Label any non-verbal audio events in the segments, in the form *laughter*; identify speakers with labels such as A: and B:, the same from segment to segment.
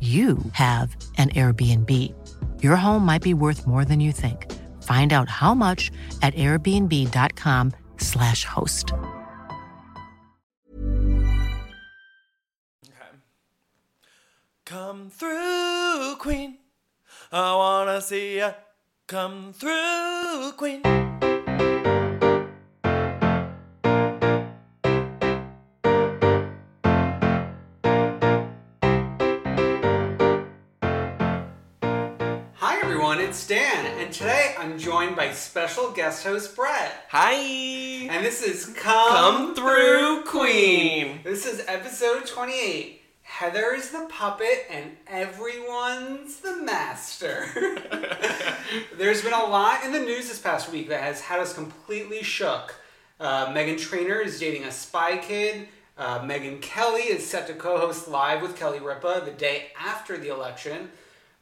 A: you have an Airbnb. Your home might be worth more than you think. Find out how much at airbnb.com/slash host.
B: Okay. Come through, Queen. I wanna see ya. Come through, Queen.
C: Hi everyone, it's Dan, and today I'm joined by special guest host Brett.
B: Hi.
C: And this is Come,
B: Come through, Queen.
C: This is episode 28. Heather is the puppet and everyone's the master.
B: *laughs*
C: There's been a lot in the news this past week that has had us completely shook. Uh, Megan Trainor is dating a spy kid. Uh, Megan Kelly is set to co-host live with Kelly Ripa the day after the election.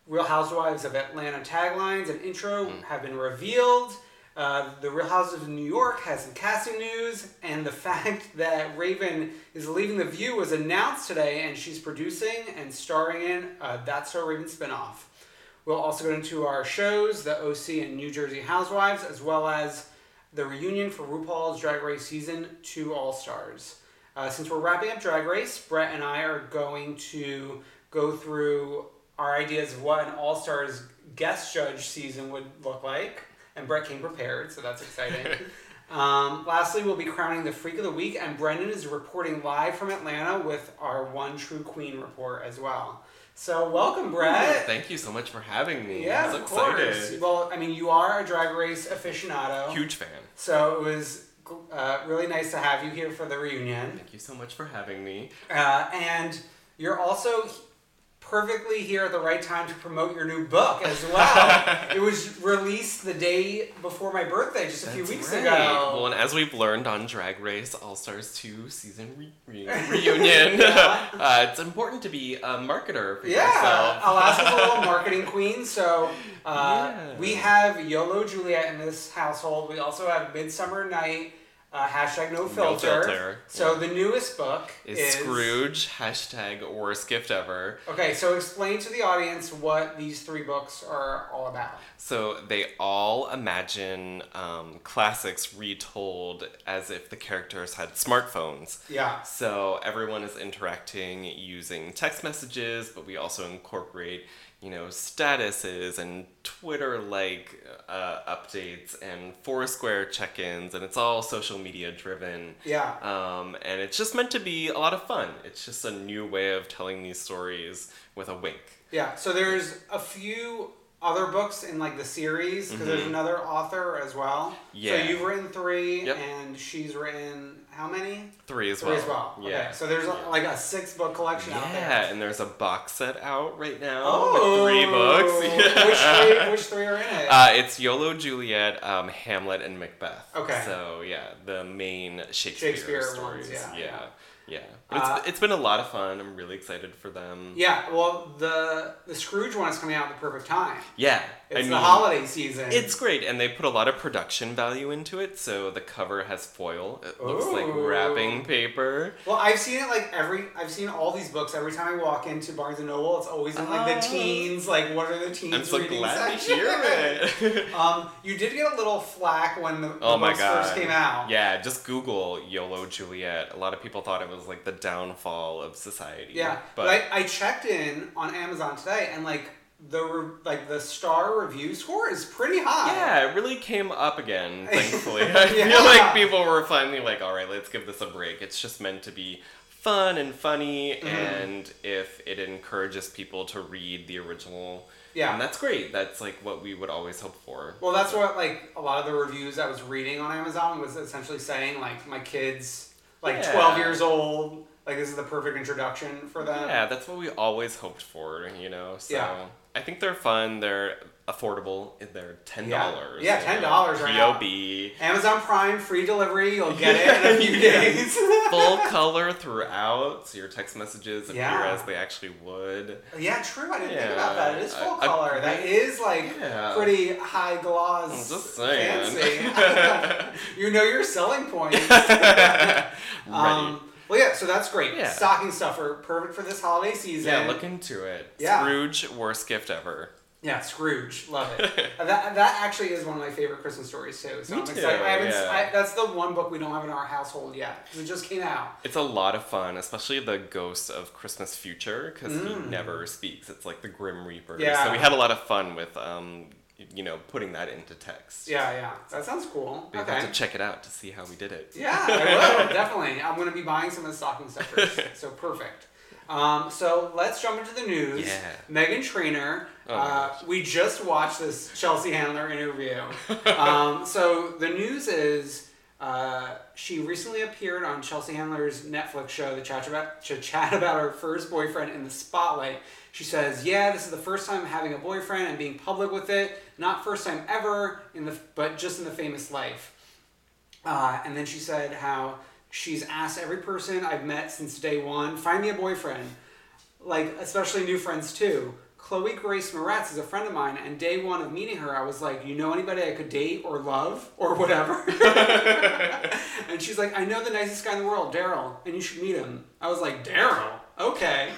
C: Real Housewives of Atlanta taglines and intro have been revealed. Uh, the Real Housewives of New York has some casting news, and the *laughs* fact that Raven is leaving The View was announced today, and she's producing and starring in uh, That's Her Raven spinoff. We'll also get into our shows, the OC and New Jersey Housewives, as well as the reunion for RuPaul's Drag Race Season 2 All Stars. Uh, since we're wrapping up Drag Race, Brett and I are going to go through our ideas of what an All Stars guest judge season would look like. And Brett came prepared, so
B: *laughs*
C: that's exciting. um, lastly, we'll be crowning the Freak of the Week, and Brendan is reporting live from Atlanta with our One True Queen report as well. So, welcome, Brett.
B: Thank you so much for having me.
C: Yeah,
B: I was
C: of
B: excited.
C: course. Well, I mean, you are a drag race aficionado.
B: Huge fan.
C: So it was uh, really nice to have you here for the reunion.
B: Thank you so much for having me.
C: Uh, and you're also perfectly here at the right time to promote your new book as
B: *laughs*
C: well. it was released the day before my birthday, just a few weeks
B: Right.
C: ago.
B: Well, and as we've learned on Drag Race All Stars 2 season re- re- reunion,
C: *laughs* Yeah.
B: uh, it's important to be a marketer for
C: Yeah,
B: yourself.
C: *laughs* Alaska's a little marketing queen, so uh,
B: Yeah.
C: we have YOLO Juliet in this household. We also have Midsummer Night, uh, hashtag no filter.
B: filter,
C: So the newest book
B: *laughs* is,
C: is,
B: Scrooge hashtag worst gift ever.
C: Okay, so explain to the audience what these three books are all about.
B: So they all imagine um, classics retold as if the characters had smartphones.
C: Yeah.
B: So everyone is interacting using text messages, but we also incorporate, you know, statuses and Twitter like uh, updates and Foursquare check ins, and it's all social media driven.
C: Yeah.
B: Um, and it's just meant to be a lot of fun. It's just a new way of telling these stories with a wink.
C: Yeah, so there's a few other books in like the series because there's another author as well.
B: Mm-hmm. Yeah.
C: So you've written three,
B: Yep.
C: and she's written how many?
B: Three as
C: Three
B: well.
C: as well.
B: Yeah.
C: Okay, so there's like a six book collection out
B: yeah,
C: there.
B: and there's a box set out right now
C: Oh,
B: with three books. *laughs* Yeah.
C: Which three? Which three are in it?
B: Uh, it's YOLO, Juliet, um, Hamlet, and Macbeth.
C: Okay.
B: So yeah, the main Shakespeare,
C: Shakespeare ones,
B: stories.
C: yeah,
B: yeah.
C: yeah.
B: Yeah. But it's, it's been a lot of fun. I'm really excited for them.
C: Yeah, well, the the Scrooge one is coming out at the perfect time.
B: Yeah.
C: It's the holiday season.
B: It's great, and they put a lot of production value into it. So the cover has foil. It looks like
C: Ooh.
B: wrapping paper.
C: well, I've seen it like every. I've seen all these books every time I walk into Barnes and Noble. It's always in like the
B: Oh.
C: teens. Like, what are the teens?
B: I'm so
C: reading
B: glad to
C: section?
B: hear it. *laughs*
C: *laughs* Um, you did get a little flack when the, the
B: oh my
C: books
B: god!
C: first came out.
B: Yeah, just Google YOLO Juliet. A lot of people thought it was like the downfall of society.
C: Yeah, but,
B: but
C: I, I checked in on Amazon today, and like the re- like the star review score is pretty high.
B: yeah, it really came up
C: *laughs*
B: again. Thankfully, I
C: Yeah.
B: feel like people were finally like, "All right, let's give this a break." It's just meant to be fun and funny,
C: Mm-hmm.
B: and if it encourages people to read the original,
C: Yeah.
B: and that's great. That's like what we would always hope for.
C: Well, that's what like a lot of the reviews I was reading on Amazon was essentially saying like my kids like
B: Yeah.
C: 12 years old, like this is the perfect introduction for them.
B: Yeah, that's what we always hoped for, you know. So
C: Yeah.
B: I think they're fun. They're affordable. They're ten dollars.
C: Yeah, $10 right now.
B: Pob.
C: Amazon Prime free delivery, you'll get it in
B: *laughs*
C: a few days. *laughs*
B: Full *laughs* color throughout, so your text messages appear
C: Yeah.
B: as they actually would.
C: yeah, true. I didn't think
B: Yeah,
C: about that. It is full
B: I- I-
C: color. that is like
B: Yeah.
C: pretty high gloss.
B: I'm just saying. *laughs*
C: Fancy. *laughs* you know your selling points.
B: Ready.
C: Um, well, yeah, so that's great.
B: Yeah.
C: Stocking stuffer, perfect for this holiday season.
B: yeah, look into it.
C: Yeah.
B: Scrooge, worst gift ever.
C: Yeah, Scrooge, love
B: *laughs*
C: it. Uh, that that actually is one of my favorite Christmas stories too. So
B: Me
C: I'm
B: too,
C: excited. I haven't,
B: yeah.
C: I, that's the one book we don't have in our household yet 'cause it just came out.
B: It's a lot of fun, especially the ghost of Christmas Future, because he never speaks. It's like the Grim Reaper.
C: Mm. Yeah.
B: So we had a lot of fun with, um, you know, putting that into text.
C: Yeah, yeah, that sounds cool.
B: But
C: okay.
B: have to check it out to see how we did it.
C: yeah,
B: *laughs*
C: I will definitely. I'm going to be buying some of the stocking stuffers. so perfect. Um, so let's jump into the news.
B: Yeah.
C: Megan Trainer. uh, we just watched this Chelsea Handler interview. um, so the news is uh, she recently appeared on Chelsea Handler's Netflix show to chat about to chat about her first boyfriend in the spotlight. She says, "Yeah, this is the first time having a boyfriend and being public with it. Not first time ever in the but just in the famous life." Uh, and then she said how she's asked every person I've met since day one, find me a boyfriend. Like, especially new friends too. Chloe Grace Moretz is a friend of mine, and day one of meeting her, I was like, You know anybody I could date or love or
B: *laughs*
C: whatever? and she's like, I know the nicest guy in the world, Daryl, and you should meet him. I was like, Daryl?
B: *laughs*
C: Okay.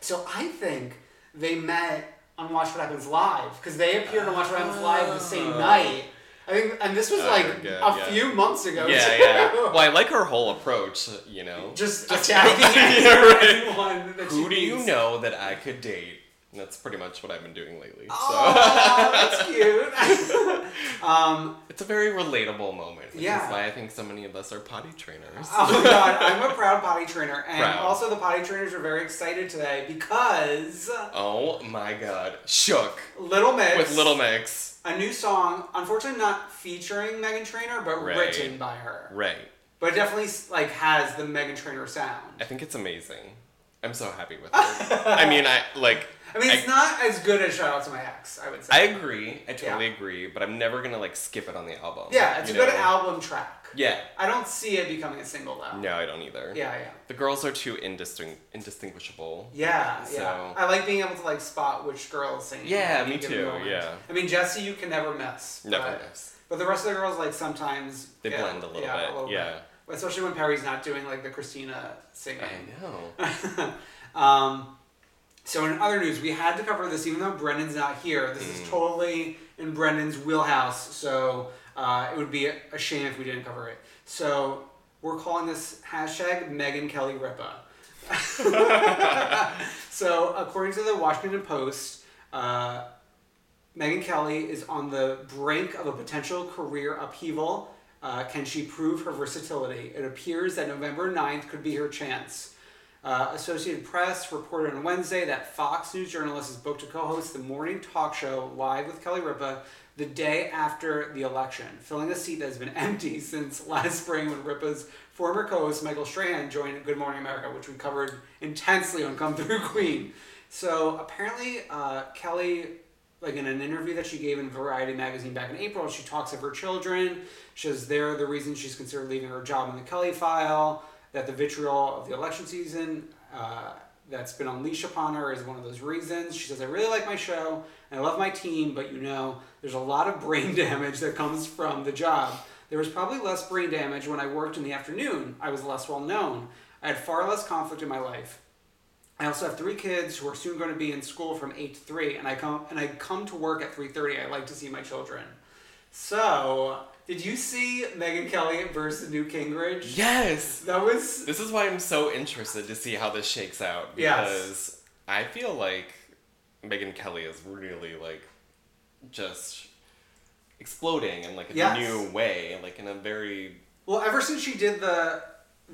C: so I think they met on Watch What Happens Live, because they appeared on Watch What Happens Live the same night. I think, and this was like
B: forget,
C: a
B: Ah. Oh, yeah.
C: few months ago.
B: Yeah,
C: *laughs* too.
B: yeah. Well, I like her whole approach, you know.
C: Just attacking
B: *laughs* Yeah, right.
C: everyone that
B: Who
C: she
B: do you
C: meets.
B: know that I could date? And that's pretty much what I've been doing lately.
C: Oh. Aw, that's cute.
B: *laughs* So it's a very relatable moment, which
C: Yeah.
B: is why I think so many of us are potty trainers.
C: oh my god, I'm a proud potty trainer, and
B: Proud.
C: also the potty trainers are very excited today because
B: Oh my god. Shook.
C: Little Mix,
B: With Little Mix.
C: a new song, unfortunately not featuring Megan Trainor, but
B: Right.
C: written by her,
B: Right.
C: but definitely like has the Megan Trainor sound.
B: I think it's amazing. I'm so happy with her.
C: *laughs*
B: I mean, I like.
C: I mean, it's not as good as Shout Out to My Ex, I would say.
B: I agree. I totally
C: Yeah.
B: agree, but I'm never gonna like skip it on the album.
C: yeah, it's a
B: you
C: good
B: know?
C: album track.
B: Yeah.
C: I don't see it becoming a single though.
B: No, I don't either.
C: Yeah, yeah.
B: The girls are too indistingu- indistinguishable.
C: Yeah, yeah.
B: So-
C: I like being able to like spot which girl is singing.
B: Yeah,
C: at any
B: me
C: given
B: too, yeah.
C: I mean, Jesse, you can never miss.
B: Never
C: but,
B: miss.
C: But the rest of the girls, like sometimes
B: They blend a little bit, yeah.
C: Especially when Perry's not doing like the Christina singing.
B: I know.
C: *laughs* Um, so in other news, we had to cover this, even though Brendan's not here. This is totally in Brendan's wheelhouse, so uh, it would be a, a shame if we didn't cover it. So we're calling this hashtag Megan Kelly Ripa. *laughs* so according to the Washington Post, uh, Megan Kelly is on the brink of a potential career upheaval. Uh, can she prove her versatility? It appears that November 9th could be her chance. Uh, Associated Press reported on Wednesday that Fox News journalist is booked to co host the morning talk show Live with Kelly Ripa the day after the election, filling a seat that has been *laughs* empty since last spring when Ripa's former co host Michael Strahan joined Good Morning America, which we covered intensely on Come Through Queen. So apparently, uh, Kelly like in an interview that she gave in Variety magazine back in April, she talks of her children. She says they're the reason she's considered leaving her job in the Kelly file. that the vitriol of the election season uh, that's been unleashed upon her is one of those reasons. She says, I really like my show and I love my team, but you know, there's a lot of brain *laughs* damage that comes from the job. There was probably less brain damage when I worked in the afternoon. I was less well known. I had far less conflict in my life. I also have three kids who are soon going to be in school from eight to three, and I come and I come to work at three thirty. I like to see my children. So, did you see Megan Kelly versus Newt Gingrich?
B: Yes.
C: That was
B: This is why I'm so interested to see how this shakes out
C: Yes.
B: because I feel like Megan Kelly is really like just exploding in like a
C: Yes.
B: new way, like in a very
C: well ever since she did the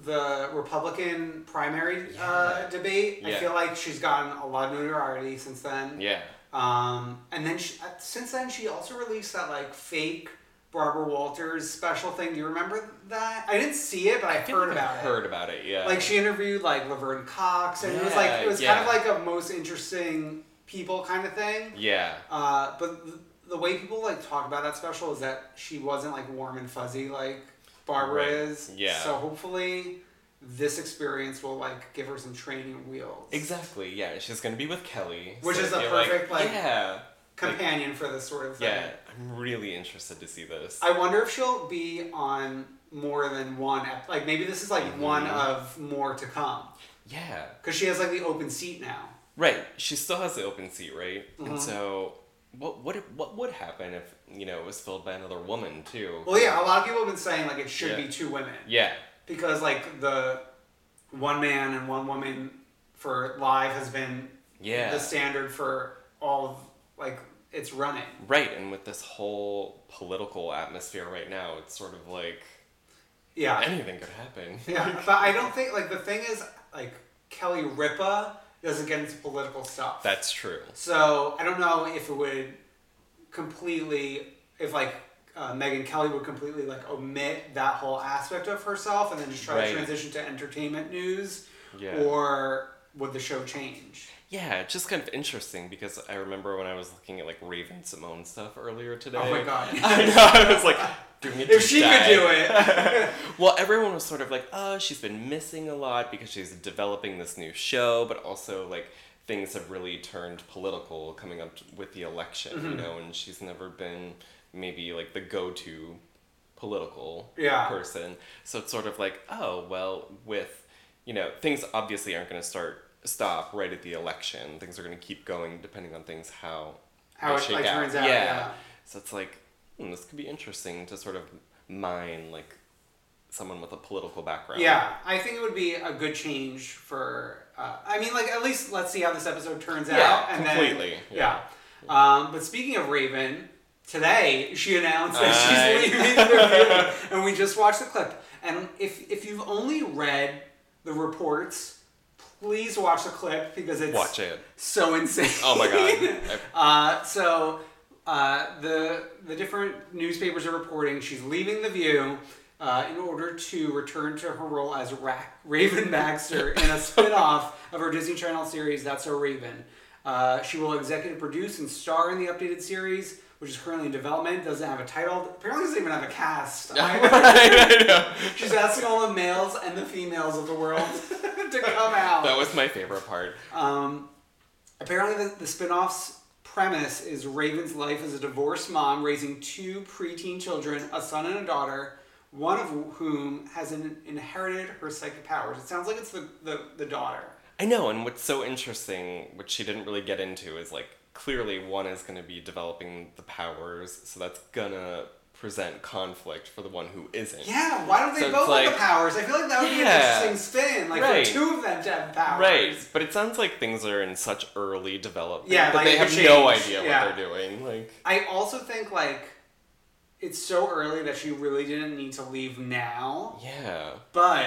C: the Republican primary uh, debate. I
B: Yeah.
C: feel like she's gotten a lot of notoriety since then.
B: yeah.
C: Um, and then she, uh, since then, she also released that like fake Barbara Walters special thing. Do you remember that? I didn't see it, but I,
B: I feel
C: heard
B: like I've
C: about it.
B: Heard about it, yeah.
C: Like she interviewed like Laverne Cox, and it was
B: Yeah,
C: like it was
B: yeah.
C: kind of like a most interesting people kind of thing.
B: yeah.
C: Uh, but th- the way people like talk about that special is that she wasn't like warm and fuzzy like Barbara
B: Right.
C: is.
B: Yeah.
C: So hopefully, this experience will like give her some training wheels.
B: Exactly. Yeah, she's gonna be with Kelly,
C: Which is
B: I
C: a
B: feel
C: perfect, like,
B: yeah, Like,
C: Companion for this sort of thing.
B: yeah. I'm really interested to see this.
C: I wonder if she'll be on more than one. ep- Like maybe this is like
B: Mm-hmm.
C: one of more to come
B: yeah,
C: because she has like the open seat now.
B: right. She still has the open seat, right?
C: Mm-hmm.
B: And so, what what what would happen if you know it was filled by another woman too?
C: Well, Oh, yeah, a lot of people have been saying like it should
B: Yeah.
C: be two women
B: yeah,
C: because like the one man and one woman for live has been
B: Yeah.
C: the standard for all of like it's running.
B: right. And with this whole political atmosphere right now, it's sort of like
C: Yeah,
B: anything could happen.
C: yeah, but I don't think like the thing is like Kelly Ripa doesn't get into political stuff.
B: That's true.
C: So I don't know if it would completely, if like uh, Megan Kelly would completely like omit that whole aspect of herself and then just try
B: Right.
C: to transition to entertainment news,
B: Yeah.
C: or would the show change?
B: Yeah, it's just kind of interesting because I remember when I was looking at like Raven Simone stuff earlier today.
C: Oh my god!
B: *laughs* I know. I was like, doing a
C: if she could do it,
B: *laughs* Well, everyone was sort of like, oh, she's been missing a lot because she's developing this new show, but also like things have really turned political coming up t- with the election,
C: Mm-hmm.
B: you know, and she's never been maybe like the go to political
C: Yeah.
B: person. So it's sort of like, oh, well, with, you know, things obviously aren't going to start, stop right at the election. Things are going to keep going depending on things how they
C: How it,
B: shake
C: like, turns out, yeah.
B: So it's like, hmm, this could be interesting to sort of mine like someone with a political background.
C: yeah, I think it would be a good change for. Uh, I mean, like at least let's see how this episode turns
B: Yeah,
C: out. And
B: completely,
C: Then, yeah.
B: yeah.
C: Um, but speaking of Raven, today she announced that
B: Aye.
C: she's leaving the review, *laughs* and we just watched the clip. And if if you've only read the reports, please watch the clip because it's
B: Watch it.
C: so insane.
B: Oh my
C: *laughs*
B: god. I-
C: Uh, so uh, the the different newspapers are reporting she's leaving the View. Uh, in order to return to her role as Ra- Raven Baxter in a spin-off of her Disney Channel series That's So Raven. Uh, she will executive produce and star in the updated series, which is currently in development, doesn't have a title, apparently doesn't even have a cast. She's asking all the males and the females of the world *laughs* to come out.
B: that was my favorite part.
C: Apparently, the, the spin-off's premise is Raven's life as a divorced mom raising two preteen children, a son and a daughter, one of whom has in, inherited her psychic powers. It sounds like it's the, the, the daughter.
B: I know, and what's so interesting, which she didn't really get into, is like clearly one is going to be developing the powers, so that's gonna present conflict for the one who isn't.
C: Yeah, why don't they
B: So it's
C: both have
B: like-
C: the powers? I feel like that would
B: Yeah.
C: be an interesting spin, like
B: Right.
C: for two of them to have powers.
B: Right, but it sounds like things are in such early development
C: Yeah,
B: that
C: like,
B: they
C: it
B: have
C: could
B: no
C: change.
B: idea
C: Yeah.
B: what they're doing. Like,
C: I also think like it's so early that she really didn't need to leave now.
B: yeah,
C: But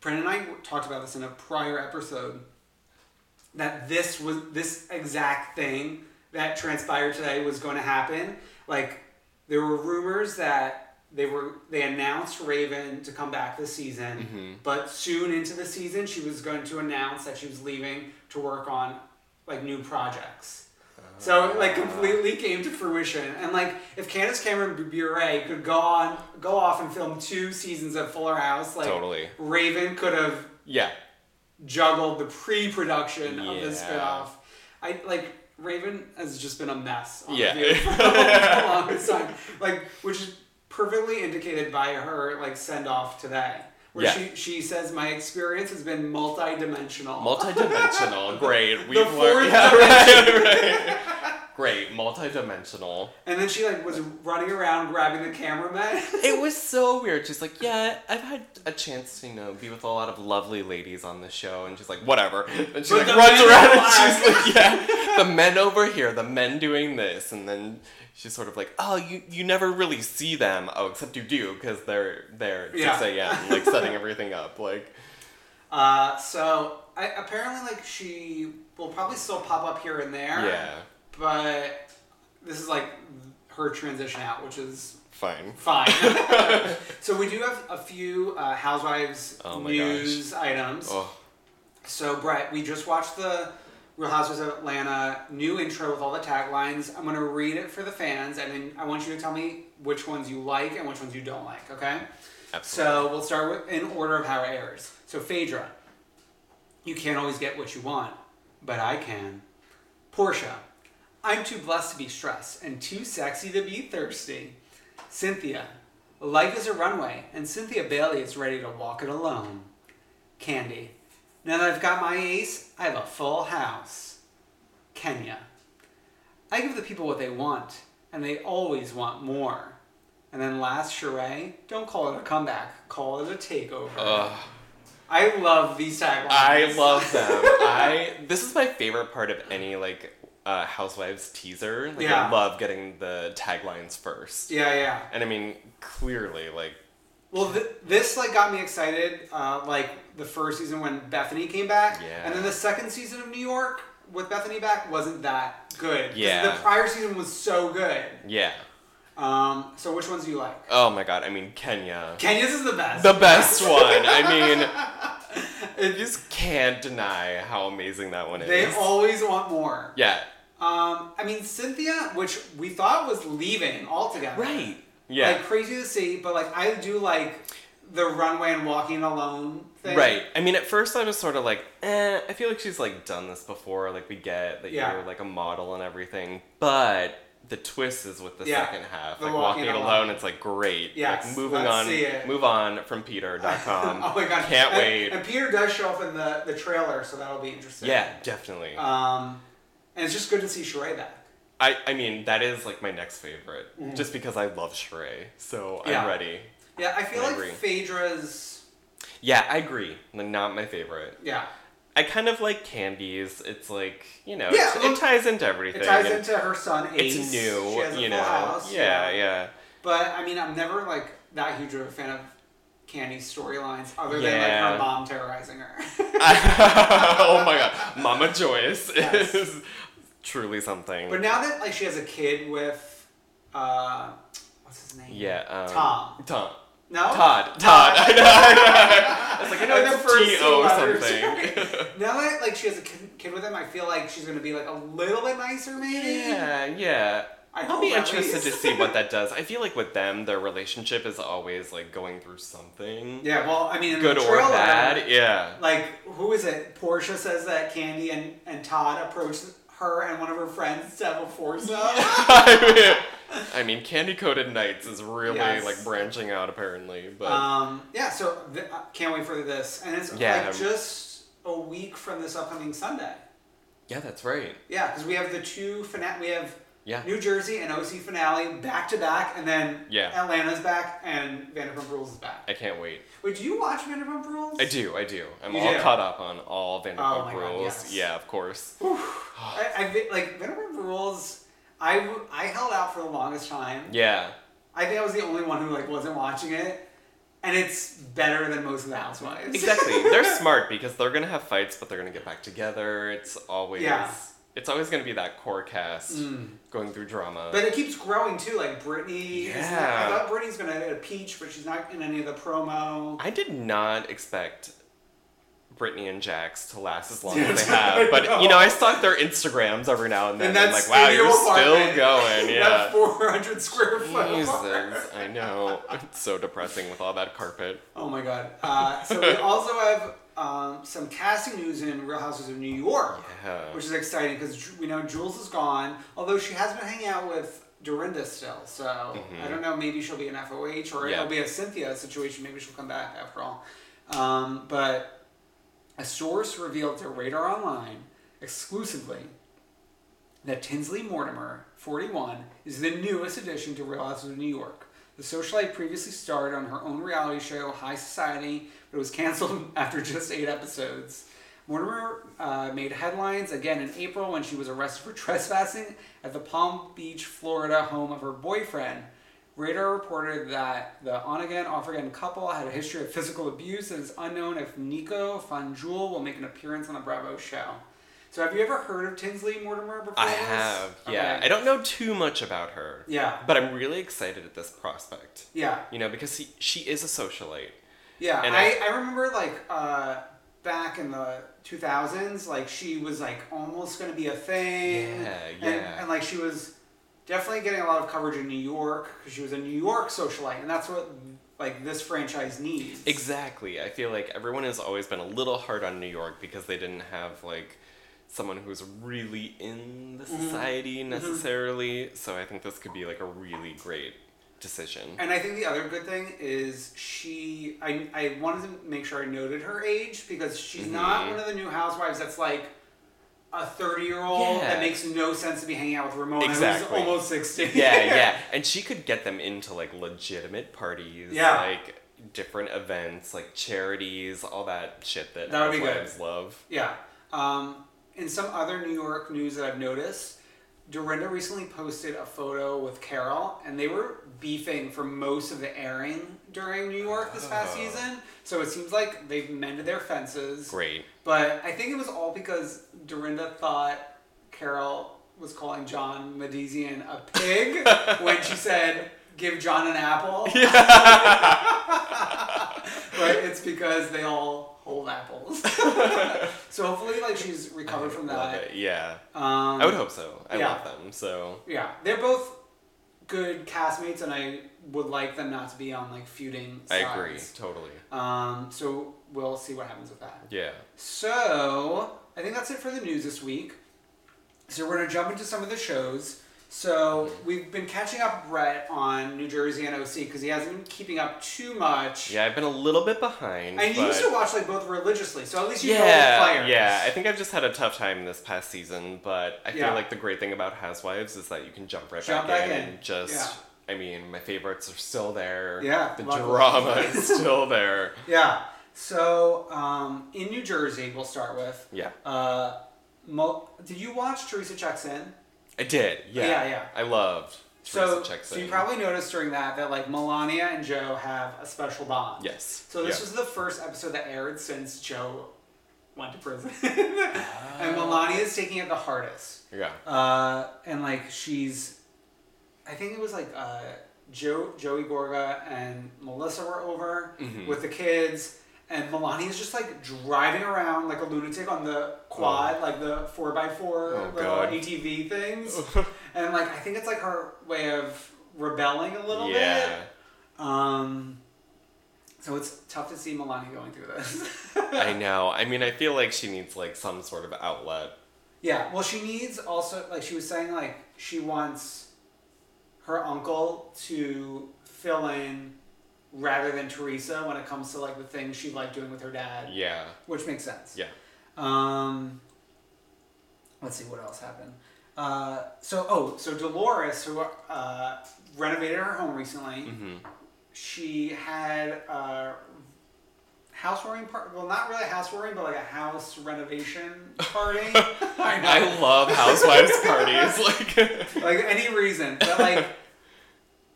C: Brandon and I talked about this in a prior episode that this was this exact thing that transpired today was going to happen. Like there were rumors that they were they announced Raven to come back this season, but soon into the season she was going to announce that she was leaving to work on like new projects. So it like completely came to fruition. And like if Candace Cameron Bure could go on go off and film two seasons of Fuller House, like
B: Totally.
C: Raven could have
B: Yeah.
C: juggled the pre-production of this
B: Yeah.
C: spinoff. I like Raven has just been a mess on
B: Yeah.
C: the View
B: *laughs*
C: for the longest time. Like which is perfectly indicated by her like send off today. Where
B: Yeah.
C: she, she says my experience has been multi-dimensional. *laughs*
B: Multidimensional. Great. We've
C: fourth
B: learned. *laughs* Yeah, right, right. Great. Multidimensional.
C: and then she like was running around grabbing the cameraman. *laughs*
B: It was so weird. She's like, yeah, I've had a chance to, you know, be with a lot of lovely ladies on the show. And she's like, whatever. And she like
C: But the
B: runs
C: men
B: around
C: are
B: and she's like, yeah, the men over here, the men doing this. And then she's sort of like, oh, you, you never really see them. Oh, except you do because they're there at
C: Yeah.
B: 6 a.m. like setting everything up. Like,
C: Uh, so I, apparently, like she will probably still pop up here and there.
B: Yeah.
C: But this is like her transition out, which is
B: fine. *laughs*
C: fine. so we do have a few uh, housewives
B: Oh my
C: news items.
B: Oh,
C: So Brett, we just watched the Real Housewives of Atlanta new intro with all the taglines. I'm gonna read it for the fans, and then I want you to tell me which ones you like and which ones you don't like. Okay.
B: Absolutely.
C: So we'll start with in order of how it airs. So Phaedra, you can't always get what you want, but I can. Portia, I'm too blessed to be stressed and too sexy to be thirsty. Cynthia, life is a runway, and Cynthia Bailey is ready to walk it alone. Candy, now that I've got my ace, I have a full house. Kenya, I give the people what they want, and they always want more. And then last, Sheree, don't call it a comeback, call it a takeover. I love these taglines.
B: I love them. I this is my favorite part of any like uh, Housewives teaser. Like,
C: Yeah.
B: I love getting the taglines first.
C: Yeah, yeah.
B: And I mean, clearly, like,
C: Well, th- this like got me excited. Uh, like the first season when Bethany came back,
B: Yeah.
C: and then the second season of New York with Bethany back wasn't that good. 'Cause
B: Yeah.
C: the prior season was so good.
B: yeah.
C: Um, so which ones do you like?
B: Oh my god, I mean, Kenya.
C: Kenya's is the best.
B: The best one.
C: *laughs*
B: I mean, I just can't deny how amazing that one is.
C: they always want more.
B: yeah.
C: Um, I mean Cynthia, which we thought was leaving altogether.
B: Yeah.
C: Like crazy to see, but like I do like the runway and walking alone thing.
B: Right. I mean, at first I was sort of like, eh, I feel like she's like done this before. Like we get that
C: Yeah.
B: you're like a model and everything, but the twist is with the
C: Yeah.
B: second half,
C: The
B: like
C: walking
B: walking,
C: alone.
B: alone. It's like great.
C: Yes,
B: Like moving
C: let's
B: on.
C: see it.
B: Move on from Peter.com.
C: *laughs* *laughs* Oh my god!
B: Can't
C: And-
B: wait.
C: And Peter does show up in the, the trailer, so that'll be interesting.
B: yeah, definitely.
C: Um, and it's just good to see Sheree back.
B: I I mean that is like my next favorite, just because I love Sheree, so
C: Mm-hmm. Yeah.
B: I'm ready.
C: Yeah, I feel
B: I
C: like
B: agree.
C: Phaedra's.
B: Yeah, I agree. Like, not my favorite.
C: Yeah,
B: I kind of like Candies. It's like you know,
C: Yeah,
B: it,
C: well,
B: it ties into everything.
C: it ties
B: and
C: into her son Ace.
B: it's new,
C: She has a
B: you
C: full
B: know.
C: house.
B: Yeah, yeah. *laughs*
C: But I mean, I'm never like that huge of a fan of Candy's storylines, other than like her
B: Yeah.
C: mom terrorizing her.
B: oh my god, Mama Joyce is truly something.
C: *laughs* but now that like she has a kid with, uh, what's his name?
B: yeah, um,
C: Tom.
B: Tom.
C: No.
B: Todd. Todd. *laughs* I know.
C: *laughs*
B: I know. It's like I know
C: Like the first
B: it's
C: two
B: T O
C: letters. *laughs*
B: something.
C: Now that like she has a kid, kid with him, I feel like she's gonna be like a little bit nicer, maybe.
B: yeah, yeah.
C: I
B: I'll be
C: hope at
B: interested to
C: least.
B: see what
C: *laughs*
B: that does. I feel like with them, their relationship is always like going through something.
C: Yeah, well, I mean, in
B: Good
C: the
B: or
C: trailer, *laughs*
B: bad. Yeah.
C: Like, who is it? Portia says that Candy and, and Todd approached her and one of her friends to have a foursome.
B: I mean, Candy Coated Nights is really
C: Yes.
B: like branching out apparently, but
C: *laughs* um, yeah, so th- I can't wait for this. And it's
B: Yeah.
C: like just a week from this upcoming Sunday.
B: yeah, that's right.
C: Yeah, because we have the two finale. We have
B: Yeah.
C: New Jersey and OC finale back to back, and then
B: Yeah.
C: Atlanta's back and Vanderpump Rules is back.
B: I can't wait.
C: Wait, do you watch Vanderpump Rules?
B: I do, I do. I'm
C: You
B: all
C: do?
B: caught up on all
C: Oh
B: Vanderpump
C: my God,
B: Rules.
C: yes.
B: Yeah, of course.
C: I, I thi- like Vanderpump Rules. I, w- I held out for the longest time.
B: Yeah,
C: I think I was the only one who like wasn't watching it, and it's better than most of the Housewives.
B: exactly. they're smart because they're gonna have fights, but they're gonna get back together. It's always
C: Yeah. Mm.
B: it's always gonna be that core cast going through drama.
C: *laughs* But it keeps growing too. Like Britney. is-
B: Yeah.
C: I thought Britney's been at a peach, but she's not in any of the promo.
B: I did not expect Britney and Jax to last as
C: *laughs*
B: long as they have. But you know, I stalk their Instagrams every now and then.
C: And
B: I'm
C: that's
B: like, wow,
C: studio
B: you're
C: apartment.
B: still going.
C: *laughs* That
B: Yeah.
C: 400 square foot. apartment.
B: Jesus, I know. It's so depressing with all that carpet.
C: Oh my god. Uh,
B: *laughs*
C: so we also have um, some casting news in Real Houses of New York,
B: Yeah.
C: which is exciting because we know Jules is gone, although she has been hanging out with Dorinda still. So I don't know, maybe she'll be an FOH or
B: Mm-hmm. Yeah.
C: it'll be a Cynthia situation. Maybe she'll come back after all. Um, but a source revealed to Radar Online exclusively that Tinsley Mortimer, 41, is the newest addition to Real Housewives of New York. The socialite previously starred on her own reality show, High Society, but it was canceled *laughs* after just eight episodes. Mortimer uh, made headlines again in April when she was arrested for *laughs* trespassing at the Palm Beach, Florida home of her boyfriend. Radar reported that the on again, off again couple had a history of physical abuse and it's unknown if Nico Fanjul will make an appearance on the Bravo show. So, have you ever heard of Tinsley Mortimer before?
B: I
C: this?
B: have, yeah.
C: Okay.
B: I don't know too much about her.
C: Yeah.
B: But I'm really excited at this prospect.
C: Yeah,
B: You know, because he, she is a socialite.
C: yeah.
B: And
C: I, I remember like uh, back in the 2000s, like she was like almost gonna be a thing.
B: Yeah,
C: and,
B: yeah.
C: And like she was definitely getting a lot of coverage in New York because she was a New York socialite, and that's what like this franchise needs.
B: Exactly. I feel like everyone has always been a little hard on New York because they didn't have like someone who's really in
C: Mm-hmm.
B: the society necessarily. So I think this could be like a really great decision.
C: And I think the other good thing is she. I, I wanted to make sure I noted her age because she's
B: Mm-hmm.
C: not one of the new housewives that's like a 30 year old
B: Yeah.
C: that makes no sense to be hanging out with Ramona
B: Exactly.
C: who's almost 60.
B: *laughs* yeah,
C: *laughs*
B: yeah. And she could get them into like legitimate parties,
C: Yeah.
B: like different events, like charities, all that shit that,
C: That would be good.
B: housewives love.
C: Yeah. Um, in some other New York news that I've noticed, Dorinda recently posted a photo with Carol, and they were beefing for most of the airing during New York this
B: Oh.
C: past season. So it seems like they've mended their fences.
B: Great.
C: But I think it was all because Dorinda thought Carol was calling John Medizian a
B: *laughs*
C: pig when she said, give John an apple. *laughs* but it's because they all hold apples. *laughs* so hopefully, like, she's recovered from that.
B: Love it. Yeah. Um, I would hope so. I
C: yeah.
B: love them. So
C: Yeah, they're both good castmates, and I would like them not to be on, like, feuding
B: I
C: sides.
B: agree. Totally.
C: Um, so we'll see what happens with that.
B: Yeah.
C: So, I think that's it for the news this week. So, we're going to jump into some of the shows. So, we've been catching up Brett on New Jersey and OC because he hasn't been keeping up too much.
B: Yeah, I've been a little bit behind.
C: And you
B: but...
C: used to watch like both religiously, so at least you know the
B: Yeah,
C: players.
B: yeah. I think I've just had a tough time this past season, but I
C: Yeah.
B: feel like the great thing about Housewives is that you can jump right
C: Jump
B: back,
C: back
B: in,
C: in.
B: and just. I mean, my favorites are still there.
C: Yeah,
B: the
C: luckily.
B: drama is still there.
C: Yeah. So um, in New Jersey, we'll start with.
B: Yeah,
C: *laughs* Uh, Mo- did you watch Teresa checks in?
B: I did. Yeah,
C: Yeah, yeah.
B: I loved.
C: So,
B: Teresa Checks
C: so you
B: In.
C: probably noticed during that that like Melania and Joe have a special bond.
B: Yes.
C: So this
B: Yeah.
C: was the first episode that aired since Joe went to prison, *laughs*
B: Ah.
C: and Melania is taking it the hardest.
B: yeah.
C: Uh, and like she's, I think it was like uh, Joe Joey Gorga and Melissa were over
B: Mm-hmm.
C: with the kids, and Melania's just like driving around like a lunatic on the quad, like the four by four
B: Oh,
C: little
B: God. *laughs*
C: ATV things, and like I think it's like her way of rebelling a little
B: yeah.
C: bit. Um, so it's tough to see Melania going through this.
B: I know. I mean, I feel like she needs like some sort of outlet.
C: Yeah, well, she needs also like she was saying like she wants her uncle to fill in rather than Teresa when it comes to like the things she liked doing with her dad,
B: Yeah.
C: which makes sense. *laughs*
B: Yeah.
C: Um, let's see what else happened. Uh, so oh, so Dolores who uh, renovated her home recently,
B: Mm-hmm.
C: she had a housewarming party. Well, not really a housewarming, but like a house renovation
B: *laughs*
C: party. I
B: I love housewives parties.
C: *laughs*
B: Like, *laughs*
C: like any reason, but *laughs* like,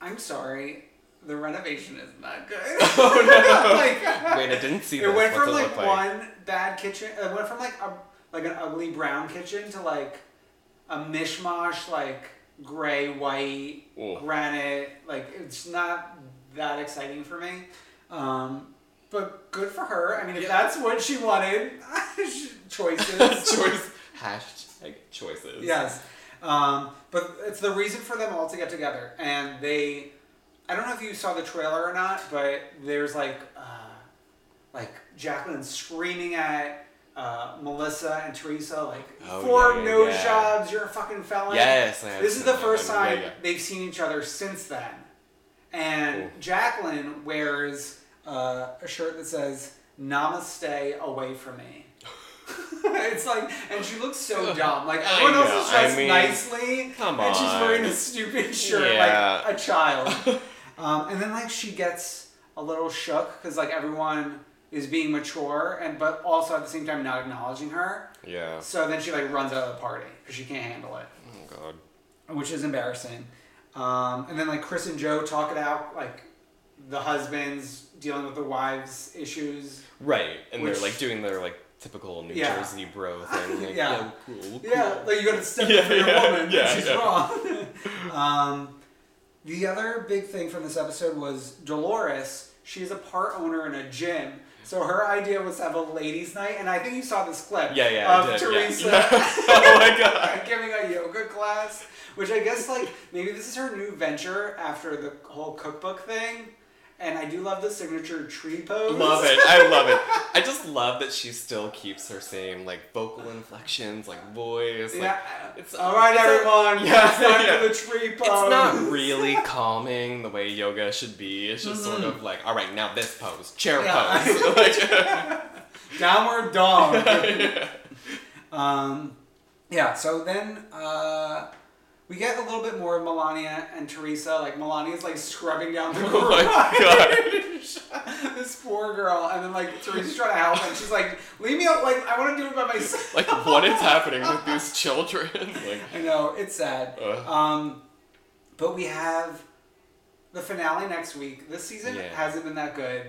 C: I'm sorry, the renovation is not good. *laughs* Oh no! like,
B: wait, I didn't see
C: it
B: this.
C: went
B: What's
C: from
B: it
C: like,
B: look
C: one bad kitchen. It went from like a like an ugly brown kitchen to like a mishmash like gray white
B: Ooh.
C: granite. Like it's not that exciting for me. Um, But good for her. I mean, if that's what she wanted, *laughs*
B: *laughs*
C: choices.
B: Choice hashtag choices.
C: Yes. Um, but it's the reason for them all to get together. And they, I don't know if you saw the trailer or not, but there's like, uh, like Jacqueline screaming at uh, Melissa and Teresa, like,
B: Oh,
C: four
B: yeah, yeah,
C: nose
B: yeah.
C: jobs, you're a fucking felon.
B: Yes, I
C: This is
B: understand
C: the
B: that
C: first
B: one. Yeah,
C: time
B: yeah.
C: they've seen each other since then. And Jacqueline wears uh, a shirt that says, Namaste away from me. *laughs* it's like, and she looks so dumb. Like,
B: I
C: everyone else
B: know,
C: is
B: I
C: dressed
B: mean,
C: nicely.
B: come
C: And she's wearing a
B: on.
C: stupid shirt
B: Yeah.
C: like
B: *laughs*
C: a child. um, and then, like, she gets a little shook because, like, everyone is being mature and, but also at the same time not acknowledging her.
B: Yeah.
C: So then she, like, runs out of the party because she can't handle it
B: Oh god.
C: which is embarrassing. Um, and then like Chris and Joe talk it out, like the husbands dealing with the wives' issues.
B: Right. And
C: Which-
B: they're like doing their like typical New
C: Yeah.
B: Jersey
C: *laughs*
B: bro thing. Like, yeah.
C: Yeah.
B: cool.
C: Yeah, like you got to step up for your
B: yeah,
C: woman.
B: yeah,
C: Yeah, she's
B: yeah. *laughs*
C: wrong. *laughs* um, the other big thing from this episode was Dolores. She's a part owner in a gym. So her idea was to have a ladies' night, and I think you saw this clip.
B: Yeah, yeah, I
C: Of
B: did, yeah.
C: Um, Teresa
B: *laughs*
C: *laughs*
B: oh my god.
C: giving a yoga class, which I guess like maybe this is her new venture after the whole cookbook thing. And I do love the signature tree pose.
B: Love it. I love it. I just love that she still keeps her same like vocal inflections, like voice. Like,
C: Yeah.
B: It's
C: All right,
B: it's a- *laughs*
C: everyone.
B: Yeah,
C: it's time
B: yeah.
C: for the tree pose.
B: It's not really calming the way yoga should be. It's just sort of like, all right, now this pose, chair
C: Mm-hmm. Yeah. *laughs*
B: pose. *laughs* Like, oh
C: downward dog. um, yeah. So then uh, we get a little bit more of Melania and Teresa. Like Melania's like scrubbing down the
B: oh my
C: *laughs*
B: god.
C: this poor girl, and then like Teresa's trying to help, and she's like, "Leave me out! Like I want to do it by myself."
B: Like, what is happening with these children? *laughs* Like,
C: I know it's sad.
B: Ugh.
C: Um, but we have the finale next week. This season
B: Yeah.
C: hasn't been that good.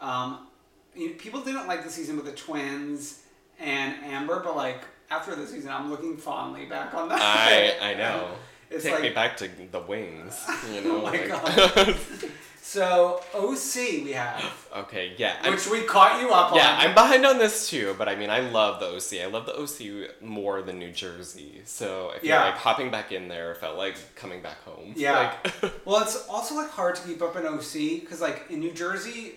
C: Um, you know, people didn't like the season with the twins and Amber, but like after the season, I'm looking fondly back on that.
B: I I know.
C: *laughs* It's
B: Take me
C: like- Oh
B: back to the wings.
C: *laughs*
B: You know.
C: my
B: like,
C: God. So OC we have,
B: *laughs* okay. Yeah. I'm,
C: which we caught you up
B: yeah.
C: on.
B: I'm behind on this too, but I mean, I love the OC. I love the OC more than New Jersey. So I feel
C: Yeah.
B: like hopping back in there felt like coming back home.
C: Yeah.
B: Like, *laughs*
C: well, it's also like hard to keep up in OC because like in New Jersey,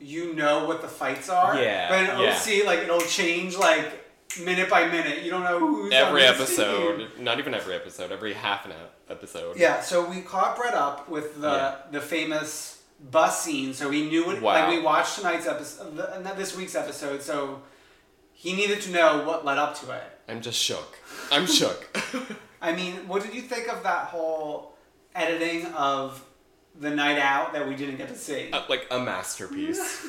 C: you know what the fights are.
B: Yeah,
C: But in
B: yeah.
C: OC, like it'll change like minute by minute. You don't know who's on
B: every
C: this
B: episode,
C: team.
B: not even every episode, every half an e- episode.
C: Yeah. So we caught Brett up with the
B: Yeah.
C: the famous bus scene. So we knew it.
B: Wow.
C: Like we watched tonight's episode, the, not this week's episode. So he needed to know what led up to it.
B: I'm just shook. I'm shook. *laughs*
C: I mean, what did you think of that whole editing of the night out that we didn't get to see?
B: Uh, like a masterpiece.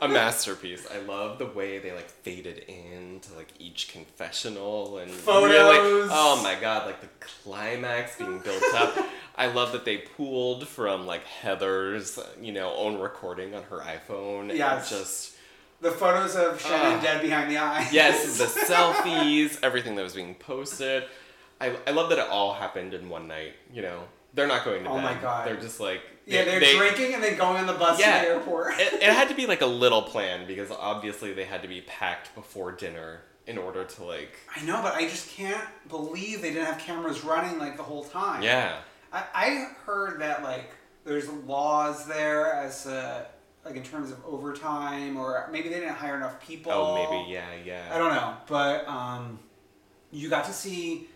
B: a masterpiece. I love the way they like faded in to like each confessional and
C: Photos.
B: Really, oh my god, like the climax being built up.
C: *laughs*
B: I love that they pooled from like Heather's, you know, own recording on her iPhone. and
C: Yes.
B: just
C: The photos of Shannon
B: Ah.
C: dead behind the eyes.
B: yes, the selfies, everything that was being posted. I, I love that it all happened in one night. You know, they're not going to
C: Oh
B: bed.
C: my God.
B: They're just like
C: *laughs* yeah, they're
B: they-
C: drinking and then going on the bus to the airport.
B: it, it had to be like a little plan because obviously they had to be packed before dinner in order to like
C: *laughs* I know, but I just can't believe they didn't have cameras running like the whole time.
B: yeah
C: I, I heard that like there's laws there as uh, like in terms of overtime or maybe they didn't hire enough people.
B: oh maybe yeah yeah
C: I don't know, but um, you got to see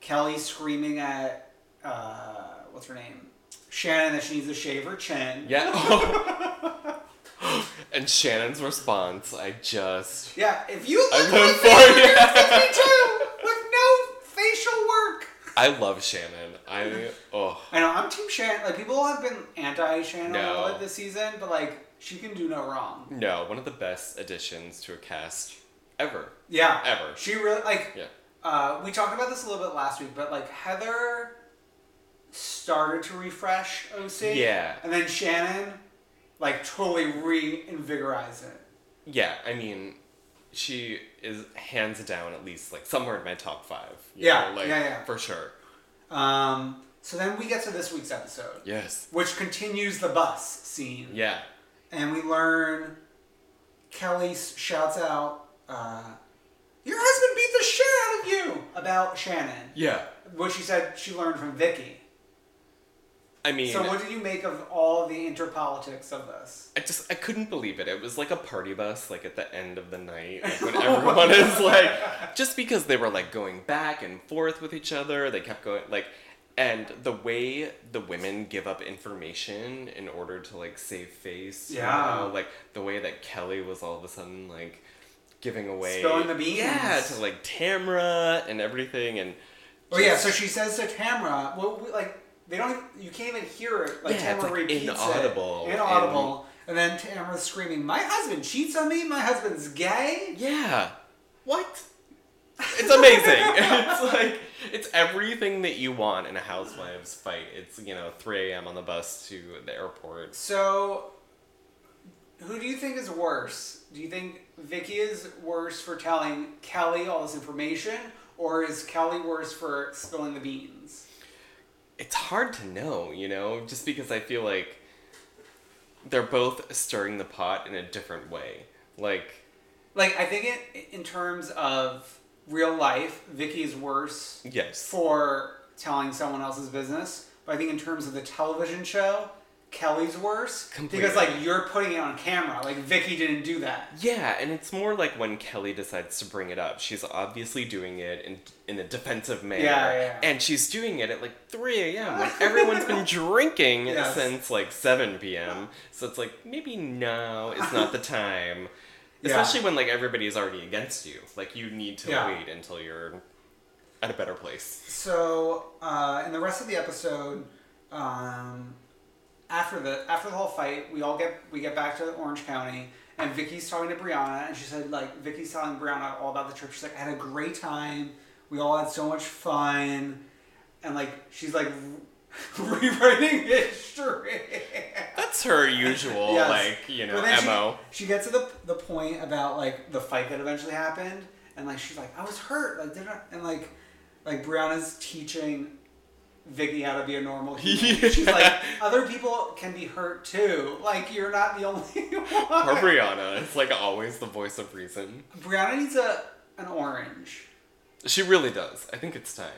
C: Kelly screaming at uh, what's her name, Shannon that she needs to shave her chin.
B: yeah
C: *laughs*
B: *laughs* and Shannon's response I just *laughs*
C: Yeah, if you
B: I
C: look
B: went
C: like
B: for it *laughs*
C: me too, with no facial work.
B: I love Shannon I oh
C: I know I'm Team Shannon. Like people have been anti Shannon a
B: No.
C: little bit this season, but like she can do no wrong.
B: no one of the best additions to a cast ever
C: Yeah,
B: Ever.
C: She really like.
B: yeah
C: Uh, we talked about this a little bit last week, but like Heather started to refresh OC.
B: Yeah.
C: and then Shannon like totally reinvigorized it.
B: yeah I mean she is hands down at least like somewhere in my top five you
C: Yeah,
B: know, like
C: yeah, yeah.
B: for sure
C: Um, so then we get to this week's episode,
B: yes
C: which continues the bus scene.
B: yeah
C: and we learn Kelly s- shouts out, uh, "Your husband beat the shit out of you!" about Shannon,
B: Yeah.
C: what she said she learned from Vicky.
B: I mean,
C: So, what did you make of all the interpolitics of this?
B: I just I couldn't believe it. It was like a party bus, like at the end of the night, like
C: *laughs*
B: when everyone is like, just because they were like going back and forth with each other, they kept going like, and the way the women give up information in order to like save face, you
C: Yeah.
B: know, like the way that Kelly was all of a sudden like giving away,
C: Spilling the beans.
B: yeah, to like Tamra and everything, and
C: Oh yeah,
B: just-
C: so she says to Tamra, "Well, we, like they don't, even- you can't even hear it. Like
B: Yeah, it's,
C: Tamra
B: like,
C: repeats
B: inaudible,
C: it, inaudible." And, then Tamra's screaming, "My husband cheats on me. My husband's gay."
B: Yeah. What? It's amazing. it's like it's everything that you want in a housewives fight. It's you know 3 a.m. on the bus to the airport.
C: So, who do you think is worse? Do you think Vicky is worse for telling Kelly all this information, or is Kelly worse for spilling the beans?
B: It's hard to know, you know, just because I feel like they're both stirring the pot in a different way. Like
C: Like I think it in terms of real life, Vicky is worse.
B: yes,
C: for telling someone else's business. But I think in terms of the television show, Kelly's worse because like
B: Completely.
C: you're putting it on camera. Like Vicky didn't do that.
B: Yeah, and it's more like when Kelly decides to bring it up. She's obviously doing it in in a defensive manner,
C: Yeah, yeah, yeah.
B: and she's doing it at like three a.m.
C: *laughs*
B: when everyone's been drinking
C: Yes.
B: since like seven p.m. So it's like maybe now is not
C: *laughs*
B: the time,
C: Yeah.
B: especially when like everybody's already against you. Like you need to
C: Yeah.
B: wait until you're at a better place.
C: So uh, in the rest of the episode, um, after the after the whole fight, we all get we get back to Orange County. And Vicky's talking to Brianna, and she said, like, Vicky's telling Brianna all about the trip. She's like, I had a great time. We all had so much fun. And, like, she's, like, *laughs* rewriting history. *laughs*
B: That's her usual
C: Yes.
B: like you know
C: But then she- *laughs*
B: mo.
C: She, gets to the, the point about like the fight that eventually happened, and like she's like, I was hurt, like did I? And like, like Brianna's teaching Vicky how to be
B: *laughs*
C: a normal human.
B: Yeah.
C: She's like, other people can be hurt too. Like you're not the only *laughs* one.
B: Or Brianna is like always the voice of reason.
C: Brianna needs a an orange.
B: She really does. I think it's time.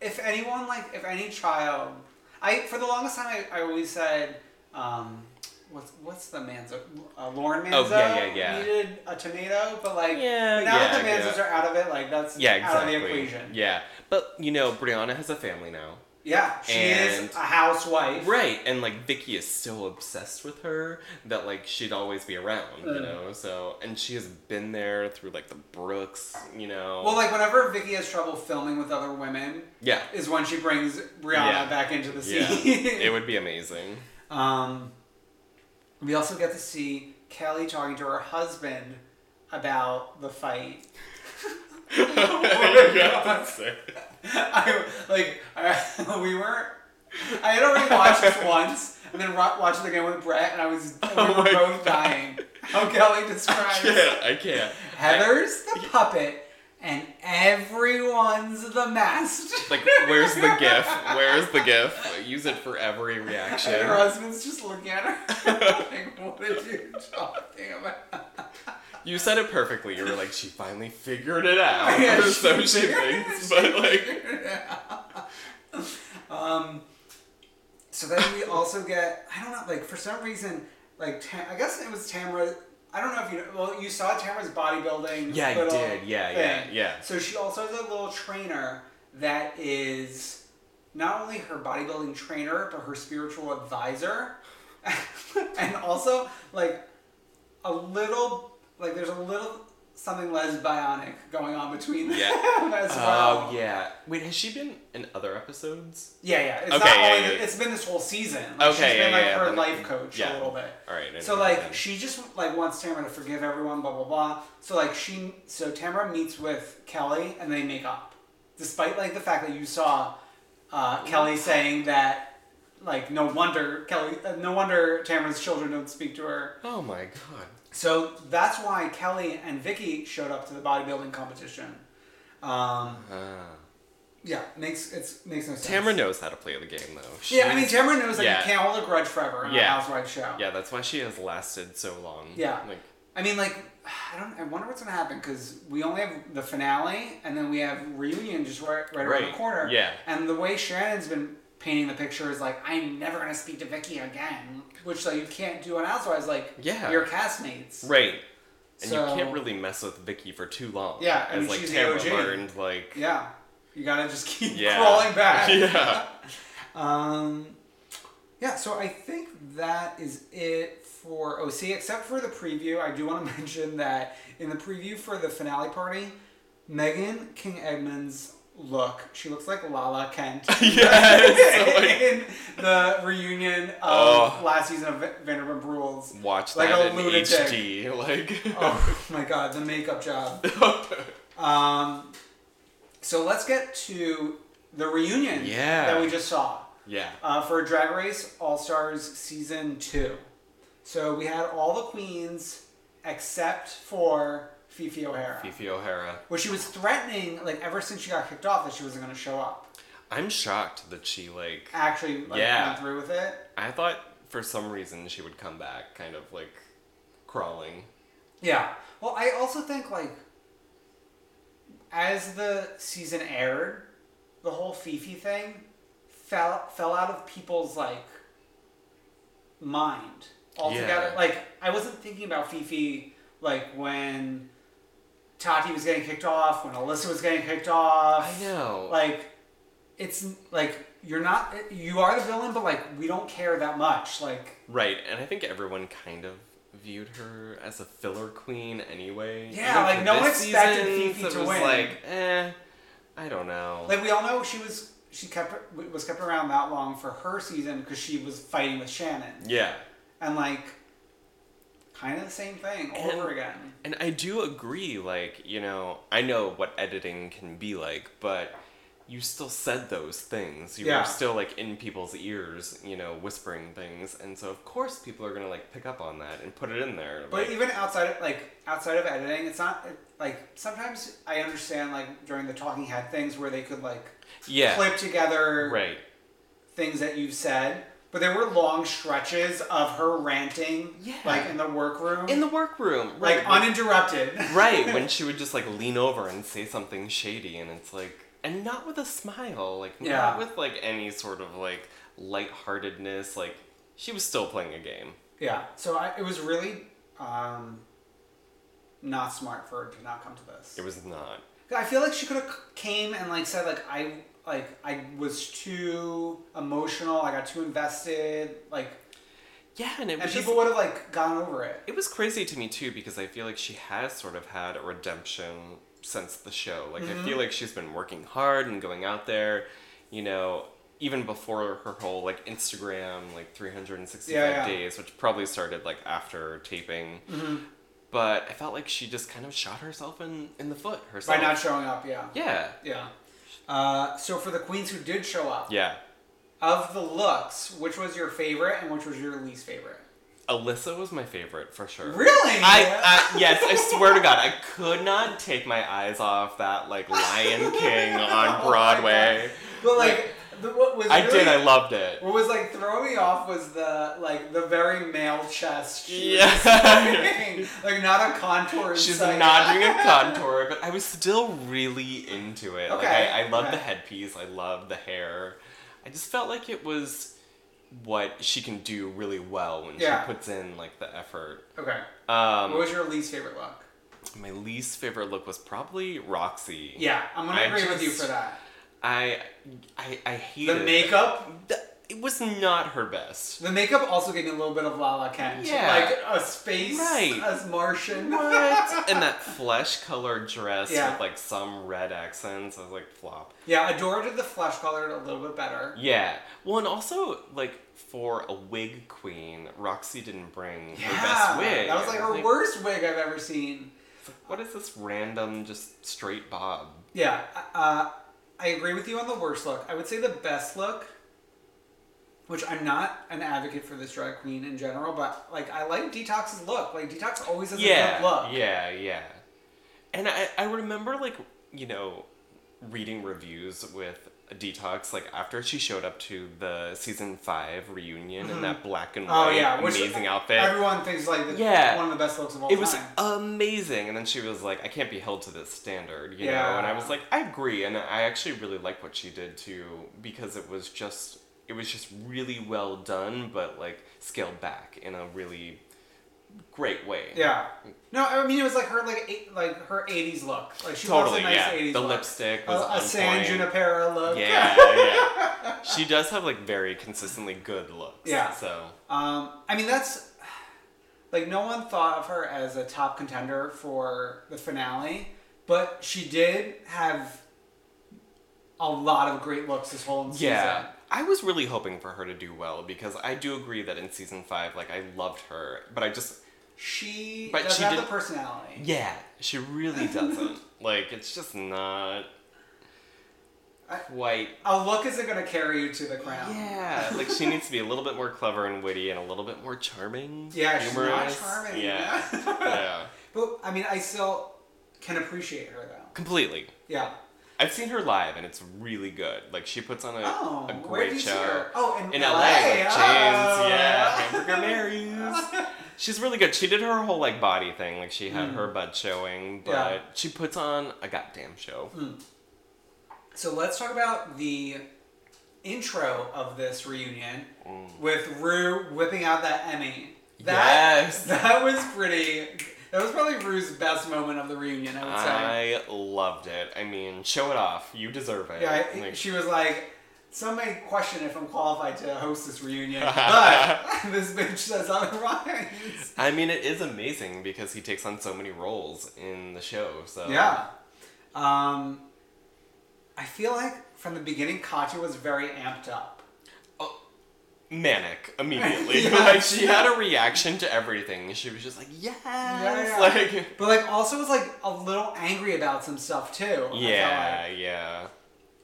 C: if anyone like if any child i for the longest time i, I always said um what's what's the manzo uh, lauren
B: Oh,
C: manzo
B: yeah, yeah, yeah.
C: needed a tomato but like
B: Yeah,
C: now
B: yeah,
C: that the manzos
B: yeah.
C: are out of it like that's
B: Yeah, exactly.
C: out of the equation
B: Yeah, but you know, Brianna has a family now.
C: yeah she
B: And-
C: is a housewife
B: Right, and like Vicky is so obsessed with her that like she'd always be around,
C: Mm.
B: you know. So and she has been there through like the Brooks, you know.
C: well like whenever vicky has trouble filming with other women
B: yeah,
C: is when she brings brianna
B: Yeah.
C: back into the
B: yeah,
C: scene
B: *laughs* it would be amazing.
C: *laughs* Um, we also get to see Kelly talking to her husband about the fight. Oh I, like I, *laughs* we were, I had already watched
B: *laughs*
C: this once, and then ro- watched it again with Brett, and I was and we
B: Oh
C: were
B: my
C: both
B: God.
C: dying. How Kelly describes
B: Yeah, I can't.
C: Heather's the puppet, and everyone's the master.
B: Like, where's the gif? Where's the gif? Use it for every reaction.
C: *laughs* And her husband's just looking at her *laughs* like, what are you talking about?
B: You said it perfectly. You were like, she finally figured it out.
C: *laughs* Yeah, she
B: *laughs* so she
C: figured-
B: thinks, but like,
C: So then we also get I don't know like for some reason like Tam- I guess it was Tamra. I don't know if you know, well you saw Tamra's bodybuilding.
B: Yeah, I
C: little
B: did. Yeah, yeah, yeah.
C: So she also has a little trainer that is not only her bodybuilding trainer but her spiritual advisor, *laughs* and also like a little like there's a little something lesbionic going on between them *laughs*
B: Yeah.
C: as well.
B: oh yeah. Wait, has she been in other episodes?
C: Yeah, yeah. It's
B: Okay,
C: not
B: yeah,
C: only
B: yeah, yeah.
C: it's been this whole season. Like,
B: Okay,
C: she's been
B: yeah,
C: like
B: yeah,
C: her
B: then-
C: life coach
B: yeah.
C: a little bit.
B: All right, I
C: So
B: know
C: like
B: then.
C: she just like wants Tamara to forgive everyone, blah blah blah. So like she so Tamara meets with Kelly and they make up. Despite like the fact that you saw uh, Kelly saying that like no wonder Kelly uh, no wonder Tamara's children don't speak to her.
B: Oh my god.
C: So that's why Kelly and Vicky showed up to the bodybuilding competition. Um, yeah, makes it's makes no sense.
B: Uh-huh. Tamara knows how to play the game though. She-
C: Yeah, I mean, Tamara knows that
B: Yeah.
C: you can't hold a grudge forever in a
B: Yeah.
C: housewife show.
B: Yeah, that's why she has lasted so long.
C: Yeah.
B: Like
C: I mean, like, I don't. I wonder what's gonna happen because we only have the finale, and then we have reunion just right, right, around
B: Right,
C: the corner.
B: yeah.
C: And the way Shannon's been painting the picture is like, I'm never gonna speak to Vicky again, which like you can't do on Housewives. Like,
B: Yeah.
C: your castmates.
B: Right. And
C: So-
B: you can't really mess with Vicky for too long.
C: Yeah, I
B: as
C: mean,
B: like
C: she's the
B: Tamara
C: OG.
B: learned, like
C: Yeah. You gotta just *laughs* keep
B: yeah.
C: crawling back.
B: Yeah.
C: *laughs* Um, yeah, so I think that is it for OC, except for the preview. I do want to *laughs* mention that in the preview for the finale party, Megan King Edmonds look, she looks like Lala
B: *laughs*
C: Kent. *laughs* in the reunion of
B: Oh.
C: last season of Va- Vanderpump Rules.
B: Watch
C: Like
B: that
C: a
B: in
C: lunatic.
B: HD. *laughs* Like
C: Oh *laughs* my god, the makeup
B: *laughs*
C: job. Um, so let's get to the reunion
B: Yeah.
C: that we just saw.
B: Yeah.
C: uh, for Drag Race All Stars season two. So we had all the queens except for Fifi O'Hara,
B: Fifi O'Hara.
C: which she was threatening like ever since she got kicked off that she wasn't going to show up.
B: I'm shocked that she like
C: Actually, like,
B: Yeah.
C: went through with it.
B: I thought for some reason she would come back kind of like crawling.
C: Yeah. Well, I also think like as the season aired, the whole Fifi thing fell fell out of people's like mind altogether.
B: Yeah.
C: Like I wasn't thinking about Fifi like when Tati was getting kicked off, when Alyssa was getting kicked off.
B: I know.
C: Like it's like you're not you are the villain, but like we don't care that much. Like
B: Right, and I think everyone kind of viewed her as a filler queen anyway.
C: Yeah,
B: Even
C: like,
B: for
C: no one
B: this
C: expected
B: season,
C: Fifi
B: so it
C: to
B: was
C: win.
B: like, eh, I don't know.
C: Like we all know, she was she kept was kept around that long for her season because she was fighting with Shannon,
B: yeah.
C: and like kind of the same thing all over again.
B: And I do agree, like, you know, I know what editing can be like, but you still said those things. You
C: Yeah.
B: were still, like, in people's ears, you know, whispering things. And so, of course, people are going to, like, pick up on that and put it in there.
C: But
B: like-
C: even outside of like outside of editing, it's not it, like sometimes I understand like during the talking head things where they could like
B: yeah.
C: clip together
B: Right.
C: things that you've said. But there were long stretches of her ranting,
B: Yeah.
C: like in the workroom,
B: In the workroom. Right.
C: like uninterrupted.
B: right. When she would just, like, lean over and say something shady, and it's like, and not with a smile, like,
C: Yeah.
B: not with, like, any sort of, like, lightheartedness. Like, she was still playing a game.
C: Yeah. So I, it was really um, not smart for her to not come to this.
B: It was not.
C: I feel like she could have came and like said like I like I was too emotional. I got too invested. Like
B: Yeah, and it was
C: and
B: just
C: people would have like gone over it.
B: It was crazy to me too because I feel like she has sort of had a redemption since the show. Like I
C: Mm-hmm.
B: feel like she's been working hard and going out there, you know, even before her whole like Instagram like 365
C: Yeah, Mm-hmm. yeah.
B: days, which probably started like after taping. But I felt like she just kind of shot herself in in the foot herself.
C: By not showing up, yeah.
B: yeah.
C: Yeah. Uh, so for the queens who did show up,
B: Yeah.
C: of the looks, which was your favorite and which was your least favorite?
B: Alyssa was my favorite for sure.
C: Really?
B: I, I yes, I swear to God, I could not take my eyes off that like
C: *laughs*
B: Lion King on
C: Oh my
B: Broadway.
C: God. But like, the, what was
B: I
C: really-
B: did. I loved it.
C: What was like throwing me off was the like the very male chest. She
B: Yeah.
C: was *laughs* wearing. like not a contour. in
B: She's
C: sight.
B: not doing
C: *laughs*
B: a contour, but I was still really into it. Like
C: Okay,
B: I, I love
C: okay.
B: the headpiece. I love the hair. I just felt like it was what she can do really well when
C: Yeah.
B: she puts in like the effort.
C: Okay. what
B: Um,
C: was your least favorite look?
B: my least favorite look was probably Roxy.
C: Yeah, I'm gonna
B: I
C: agree with you
B: just-
C: for that.
B: I I I hated
C: The makeup.
B: Th- It was not her best.
C: The makeup also gave me a little bit of Lala Kent.
B: Yeah.
C: Like a space
B: Right.
C: as
B: *laughs*
C: Martian.
B: What? and that flesh colored dress
C: Yeah.
B: with like some red accents. I was like, flop.
C: Yeah, Adora did the flesh colored a little bit better.
B: Yeah. Well, and also like for a wig queen, Roxy didn't bring
C: Yeah.
B: her best wig.
C: That was like
B: I
C: her worst wig I've ever seen.
B: What is this random just straight bob?
C: Yeah, uh, I agree with you on the worst look. I would say the best look, which I'm not an advocate for this drag queen in general, but like I like Detox's look. Like Detox always has a
B: Yeah.
C: good look.
B: Yeah. Yeah. And I I remember like you know reading reviews with a detox like after she showed up to the season five reunion in that black and
C: Oh
B: white
C: yeah, which
B: amazing outfit.
C: Everyone thinks like the,
B: Yeah.
C: one of the best looks of all
B: it
C: time.
B: was amazing, and then she was like, "I can't be held to this standard," you know.
C: Yeah.
B: And I was like, "I agree," and I actually really like what she did too because it was just it was just really well done, but like scaled back in a really great way.
C: yeah. No, I mean it was like her like eight, like her '80s look. Like she
B: Totally,
C: loves a nice
B: yeah.
C: '80s
B: The
C: look.
B: lipstick
C: a,
B: was
C: a
B: on
C: San
B: point.
C: Junipero look.
B: Yeah, yeah. She does have like very consistently good looks.
C: Yeah.
B: So
C: Um, I mean, that's like no one thought of her as a top contender for the finale, but she did have a lot of great looks this whole season.
B: yeah. I was really hoping for her to do well because I do agree that in season five, like I loved her, but I just
C: she
B: But
C: does
B: she
C: have
B: did-
C: the personality.
B: yeah, she really
C: *laughs*
B: doesn't. like it's just not quite.
C: A look isn't going to carry you to the crown.
B: Yeah, like she needs to be a little bit more clever and witty and a little bit more charming.
C: Yeah, she's not
B: humorous.
C: charming,
B: Yeah, *laughs*
C: *laughs*
B: yeah,
C: But I mean, I still can appreciate her though.
B: completely.
C: Yeah.
B: I've seen her live and it's really good. Like she puts on a,
C: Oh,
B: a great
C: where did you
B: show.
C: see her? Oh, in
B: LA,
C: LA,
B: with James.
C: oh.
B: Yeah, Hamburger
C: *laughs*
B: Mary's. She's really good. She did her whole like body thing. Like she had her butt showing, but
C: Hmm. Yeah. Hmm.
B: she puts on a goddamn show.
C: So let's talk about the intro of this reunion with Rue whipping out that Emmy.
B: Mm.
C: That,
B: Yes.
C: *laughs* That was pretty. That was probably Rue's best moment of the reunion, I would say.
B: I loved it. I mean, show it off. You deserve it.
C: yeah, I-
B: Like,
C: she was like, some may question if I'm qualified to host
B: *laughs*
C: this reunion, but *laughs* this bitch says otherwise.
B: I mean, it is amazing because he takes on so many roles in the show. So
C: Yeah. Um, I feel like from the beginning, Katya was very amped up.
B: manic immediately.
C: *laughs* Yeah.
B: Like she had a reaction to everything. She was just like, yes. *laughs* Like
C: but like also was like a little angry about some stuff too. I felt
B: Yeah,
C: like.
B: yeah.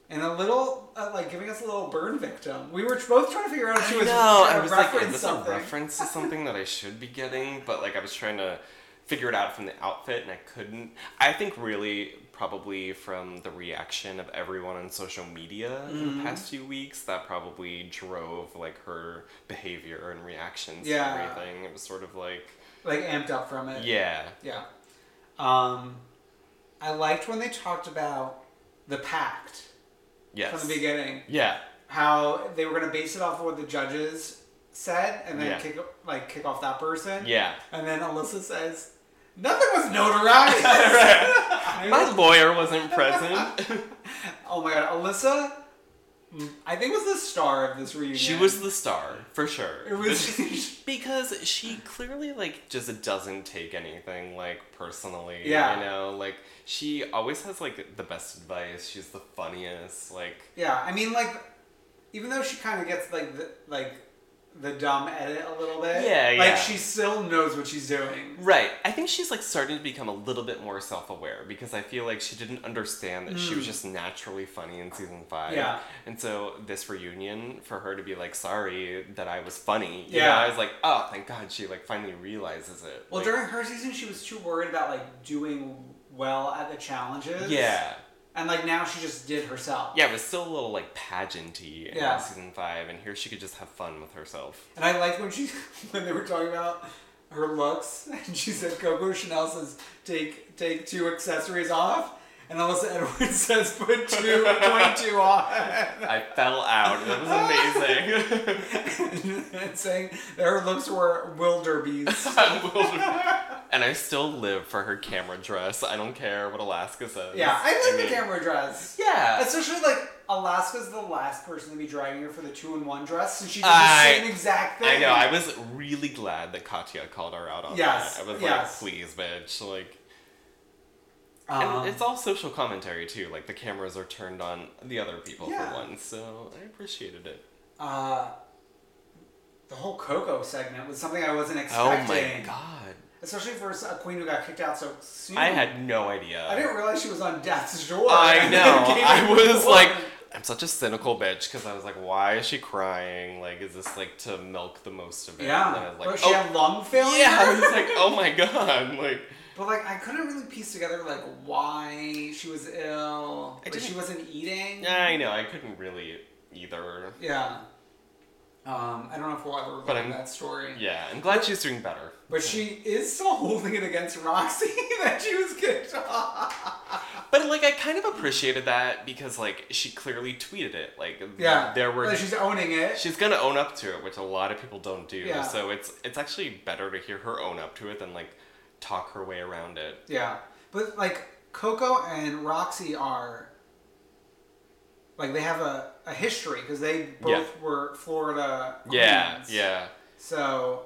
C: and a little uh, like giving us a little burn victim. We were both trying to figure out if she
B: I
C: was
B: know.
C: trying
B: I
C: to
B: was like,
C: reference
B: is this
C: something.
B: a reference to something that I should be getting? But like, I was trying to figure it out from the outfit, and I couldn't. I think really probably from the reaction of everyone on social media in
C: Mm-hmm.
B: the past few weeks that probably drove like her behavior and reactions
C: Yeah.
B: to everything. It was sort of like,
C: Like amped up from it.
B: yeah,
C: Yeah. Um, I liked when they talked about the pact
B: yes,
C: from the beginning.
B: yeah,
C: How they were gonna base it off of what the judges said, and then
B: Yeah.
C: kick like kick off that person.
B: yeah.
C: And then Alyssa says, "Nothing was
B: *laughs*
C: notarized." *laughs*
B: My lawyer wasn't present. *laughs*
C: oh my god, Alyssa, mm, I think was the star of this reunion.
B: she was the star for sure.
C: It
B: *laughs*
C: was.
B: because she clearly like just doesn't take anything like personally
C: Yeah.
B: you know like she always has like the best advice she's the funniest like
C: Yeah, I mean, like, even though she kind of gets like the like the dumb edit a little bit.
B: Yeah, yeah.
C: Like she still knows what she's doing.
B: right i think she's like starting to become a little bit more self-aware because i feel like she didn't understand that she was just naturally funny in season five
C: Hmm. Yeah.
B: and so this reunion for her to be like sorry that i was funny you
C: Yeah.
B: know, i was like oh thank god she like finally realizes it
C: Well,
B: Like,
C: during her season, she was too worried about like doing well at the challenges.
B: yeah
C: And like now, she just did herself.
B: yeah, it was still a little like pageanty in
C: Yeah.
B: season five, and here she could just have fun with herself.
C: And I liked when she *laughs* when they were talking about her looks, *laughs* and she said Coco Chanel says take take two accessories off, and Alyssa Edwards *laughs* says put two point two on. *laughs*
B: I fell out. That was amazing. *laughs*
C: and saying that her looks were wilder beasts.
B: and I still live for her camera dress. I don't care what Alaska says.
C: Yeah, I like
B: mean,
C: the camera dress.
B: Yeah.
C: Especially like Alaska's the last person to be dragging her for the two in one dress, and she did
B: I-
C: the same exact thing.
B: I know. I was really glad that Katya called her out on
C: Yes,
B: that. I was
C: yes.
B: like, please, bitch. Like,
C: Um,
B: and it's all social commentary too. Like the cameras are turned on the other people
C: Yeah.
B: for once, so I appreciated it.
C: uh, the whole Coco segment was something I wasn't
B: Oh
C: expecting.
B: my god!
C: Especially for a queen who got kicked out so soon.
B: I had no idea.
C: I didn't realize she was on death's door.
B: I
C: And then *laughs*
B: know.
C: came
B: I
C: in
B: was
C: before.
B: like, I'm such a cynical bitch because I was like, why is she crying? Like, is this like to milk the most of it?
C: yeah.
B: And I was *laughs*
C: But
B: like,
C: she
B: oh, *laughs*
C: had lung failure.
B: yeah. I was like, oh my god. Like,
C: But like, I couldn't really piece together like why she was ill.
B: I
C: Like, she
B: didn't-
C: wasn't eating.
B: I know, I couldn't really either.
C: Yeah. Um, I don't know if we'll ever
B: But
C: read
B: I'm-
C: that story.
B: Yeah, I'm glad she's doing better.
C: But she is still *laughs* holding it against Roxy *laughs* that she was kicked off.
B: But like, I kind of appreciated that because like she clearly tweeted it. Like,
C: Yeah.
B: there were
C: Like, she's owning it.
B: She's gonna own up to it, which a lot of people don't do.
C: Yeah.
B: So it's it's actually better to hear her own up to it than like talk her way around it.
C: Yeah. But like Coco and Roxy are like they have a, a history because they both
B: Yeah.
C: were Florida.
B: Yeah,
C: queens.
B: yeah.
C: So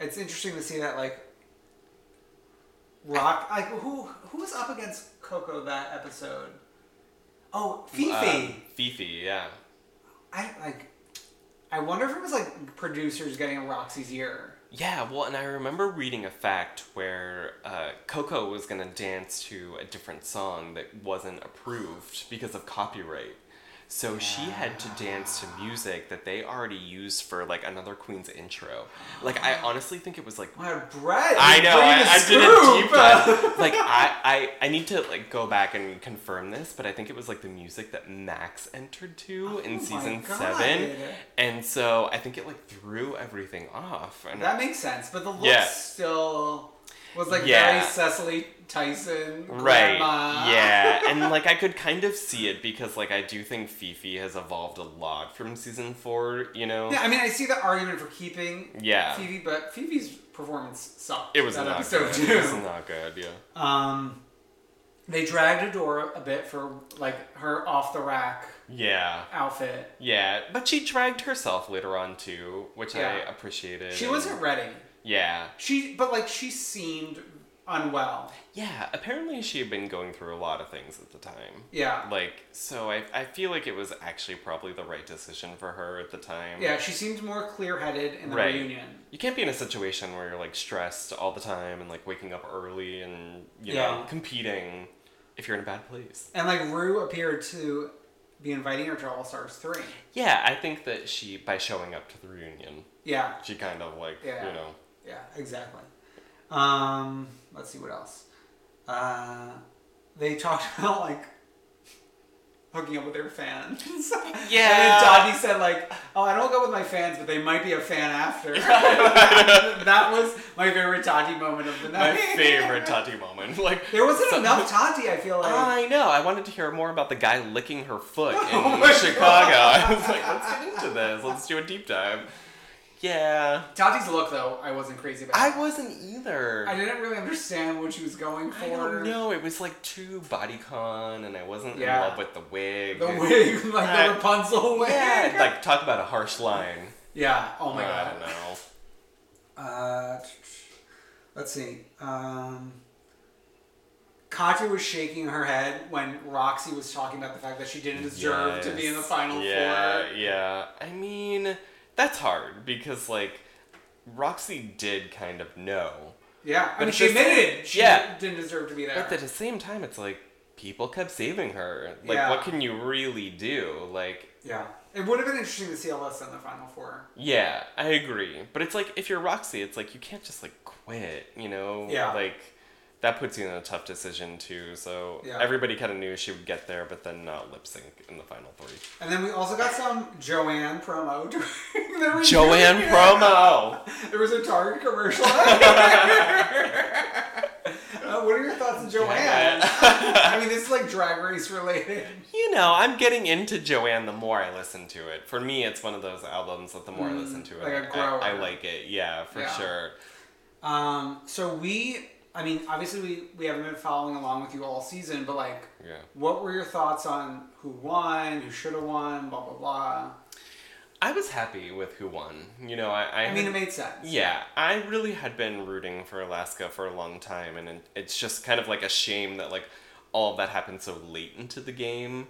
C: it's interesting to see that like Rock like who who was up against Coco that episode? Oh, Fifi.
B: Um, Fifi, yeah.
C: I like I wonder if it was like producers getting in Roxy's ear.
B: Yeah, well, and I remember reading a fact where uh, Coco was gonna dance to a different song that wasn't approved because of copyright. So she had to dance to music that they already used for like another Queen's intro. Like I honestly think it was like
C: Wow, Brett.
B: I
C: you're
B: know. I,
C: bringing the
B: I did a
C: scoop.
B: deep
C: *laughs*
B: dive. like I, I, I need to like go back and confirm this, but I think it was like the music that Max entered to
C: Oh my
B: in season
C: God.
B: seven, and so I think it like threw everything off. And
C: That makes sense, but the look
B: Yeah.
C: still was like
B: Yeah.
C: very Cecily Tyson.
B: right,
C: grandma.
B: yeah, and like
C: *laughs*
B: I could kind of see it because like I do think Fifi has evolved a lot from season four. You know,
C: Yeah, I mean, I see the argument for keeping
B: Yeah.
C: Phoebe, but Phoebe's performance sucked.
B: it was
C: that
B: not good.
C: episode too.
B: It was not good. Yeah.
C: *laughs* Um, they dragged Adora a bit for like her off the rack
B: Yeah.
C: outfit.
B: Yeah, but she dragged herself later on too, which
C: Yeah.
B: I appreciated.
C: She
B: and-
C: wasn't ready.
B: Yeah.
C: She, but like she seemed unwell.
B: Yeah, apparently she had been going through a lot of things at the time.
C: Yeah.
B: Like, so I, I feel like it was actually probably the right decision for her at the time.
C: Yeah, she seemed more clear-headed in the
B: Right.
C: reunion.
B: You can't be in a situation where you're like stressed all the time and like waking up early and, you know,
C: Yeah.
B: competing if you're in a bad place.
C: And like Rue appeared to be inviting her to All Stars three.
B: Yeah, I think that she, by showing up to the reunion,
C: Yeah,
B: she kind of like,
C: Yeah.
B: you know,
C: yeah, exactly. Um, let's see what else. Uh, they talked *laughs* about like hooking up with their fans. *laughs* and then
B: Yeah.
C: Dodgy said like, "Oh, I don't go with my fans, but they might be a fan after." *laughs* that was my favorite Dodgy moment of the
B: my
C: night.
B: favorite Tati moment. *laughs* Like,
C: There wasn't
B: so-
C: enough Tati, I feel like.
B: I know. I wanted to hear more about the guy licking her *laughs* foot in
C: Oh my
B: Chicago. I was like, let's get into this. Let's *laughs* do a deep dive. Yeah.
C: Tati's look, though, I wasn't crazy about.
B: I wasn't either.
C: I didn't really understand what she was going for.
B: I don't know. It was like too bodycon, and I wasn't
C: Yeah.
B: in love with the wig.
C: The wig, *laughs* like the
B: I-
C: Rapunzel wig.
B: Yeah.
C: *laughs*
B: Like, talk about a harsh line.
C: Yeah, Oh my
B: I
C: god.
B: don't know.
C: Uh, let's see. Um, Katya was shaking her head when Roxy was talking about the fact that she didn't deserve to be in the
B: Yes.
C: final
B: yeah,
C: four.
B: Yeah, I mean, that's hard because, like, Roxy did kind of know.
C: Yeah, I
B: But
C: mean,
B: it's
C: she
B: just-
C: admitted she
B: yeah.
C: didn't deserve to be there.
B: But at the same time, it's like people kept saving her. Like,
C: Yeah.
B: what can you really do? Like,
C: yeah, it would have been interesting to see Alyssa in the final four.
B: yeah, I agree. But it's like if you're Roxy, it's like you can't just like quit. You know?
C: Yeah.
B: Like that puts you in a tough decision too. So
C: Yeah.
B: everybody kind of knew she would get there, but then not lip sync in the final
C: *laughs*
B: three.
C: And then we also got some Joanne promo *laughs* during the reunion.
B: Joanne promo.
C: There was a Target commercial. *laughs* uh, what are your thoughts on Joanne? *laughs* I mean, this is like Drag Race related.
B: You know, I'm getting into Joanne the more I listen to it. For me, it's one of those albums that the more I listen to it,
C: Mm, like a
B: I- I, I
C: grower.
B: like it. Yeah, for
C: Yeah.
B: sure.
C: Um, so we, I mean, obviously we, we haven't been following along with you all season, but like,
B: Yeah.
C: what were your thoughts on who won, who should have won, blah blah blah?
B: I was happy with who won. You know, I I,
C: I mean, it made sense.
B: Yeah, I really had been rooting for Alaska for a long time, and it- it's just kind of like a shame that like all of that happened so late into the game.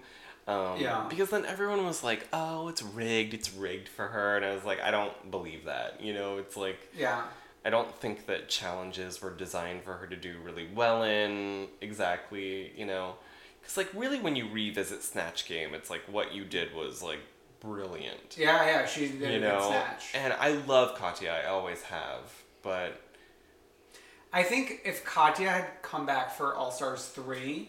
B: Um,
C: Yeah.
B: Because then everyone was like, "Oh, it's rigged. It's rigged for her," and I was like, "I don't believe that." You know, it's like
C: Yeah.
B: I don't think that challenges were designed for her to do really well in exactly. You know, because like really when you revisit Snatch Game, it's like what you did was like brilliant
C: Yeah, yeah, she did a
B: you
C: good
B: know
C: snatch.
B: and i love katya i always have but
C: I think if Katya had come back for All Stars 3,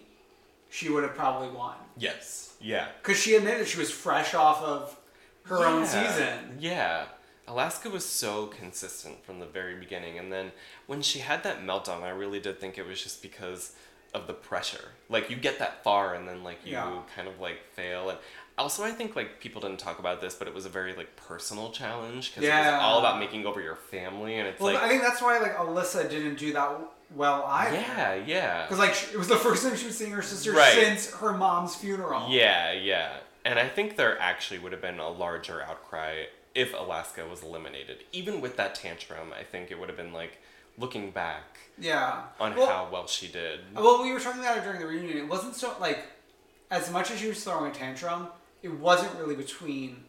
C: she would have probably won.
B: Yes. Yeah.
C: Because she admitted she was fresh off of her own
B: Yeah.
C: season.
B: Yeah. Alaska was so consistent from the very beginning. And then when she had that meltdown, I really did think it was just because of the pressure. Like, you get that far and then, like, you
C: Yeah.
B: kind of, like, fail. And also, I think, like, people didn't talk about this, but it was a very, like, personal challenge because it
C: Yeah.
B: was all about making over your family. And it's
C: Well,
B: like,
C: I think that's why like Alyssa didn't do that well either.
B: yeah, yeah.
C: Because like she, it was the first time she was seeing her sister
B: Right.
C: since her mom's funeral.
B: Yeah, yeah. And I think there actually would have been a larger outcry if Alaska was eliminated. Even with that tantrum, I think it would have been like looking back
C: Yeah.
B: on
C: well,
B: how well she did.
C: Well, we were talking about it during the reunion. It wasn't so like as much as she was throwing a tantrum. It wasn't really between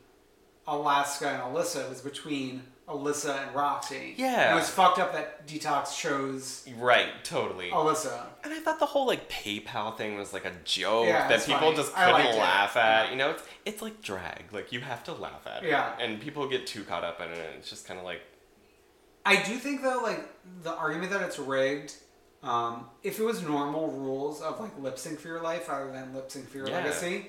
C: Alaska and Alyssa. It was between Alyssa and Roxy.
B: Yeah.
C: And it was fucked up that Detox chose
B: Right, totally.
C: Oh. Alyssa.
B: And I thought the whole like PayPal thing was like a joke
C: Yeah,
B: that
C: it's
B: people
C: funny.
B: just
C: I liked
B: couldn't
C: it.
B: laugh at. You know, it's it's like drag. Like you have to laugh at it.
C: Yeah.
B: And people get too caught up in it. and It's just kind of like
C: I do think though, like the argument that it's rigged. Um, if it was normal rules of like lip sync for your life rather than lip sync for your
B: Yeah.
C: legacy,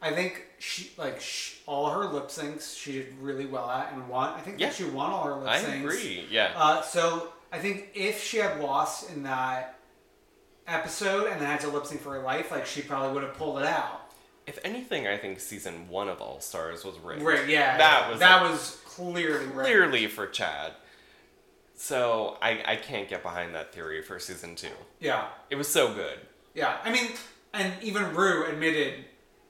C: I think she like sh all her lip syncs she did really well at and won. I think
B: Yeah.
C: she won all her lip
B: I
C: syncs.
B: agree. Yeah.
C: Uh, so I think if she had lost in that episode and then had to lip sync for her life, like she probably would have pulled it out.
B: if anything, I think season one of All Stars was rigged.
C: Right? Yeah.
B: That
C: yeah.
B: was
C: that
B: like,
C: was clearly rigged.
B: clearly for Chad. So I, I can't get behind that theory for season two.
C: Yeah.
B: It was so good.
C: Yeah, I mean, and even Rue admitted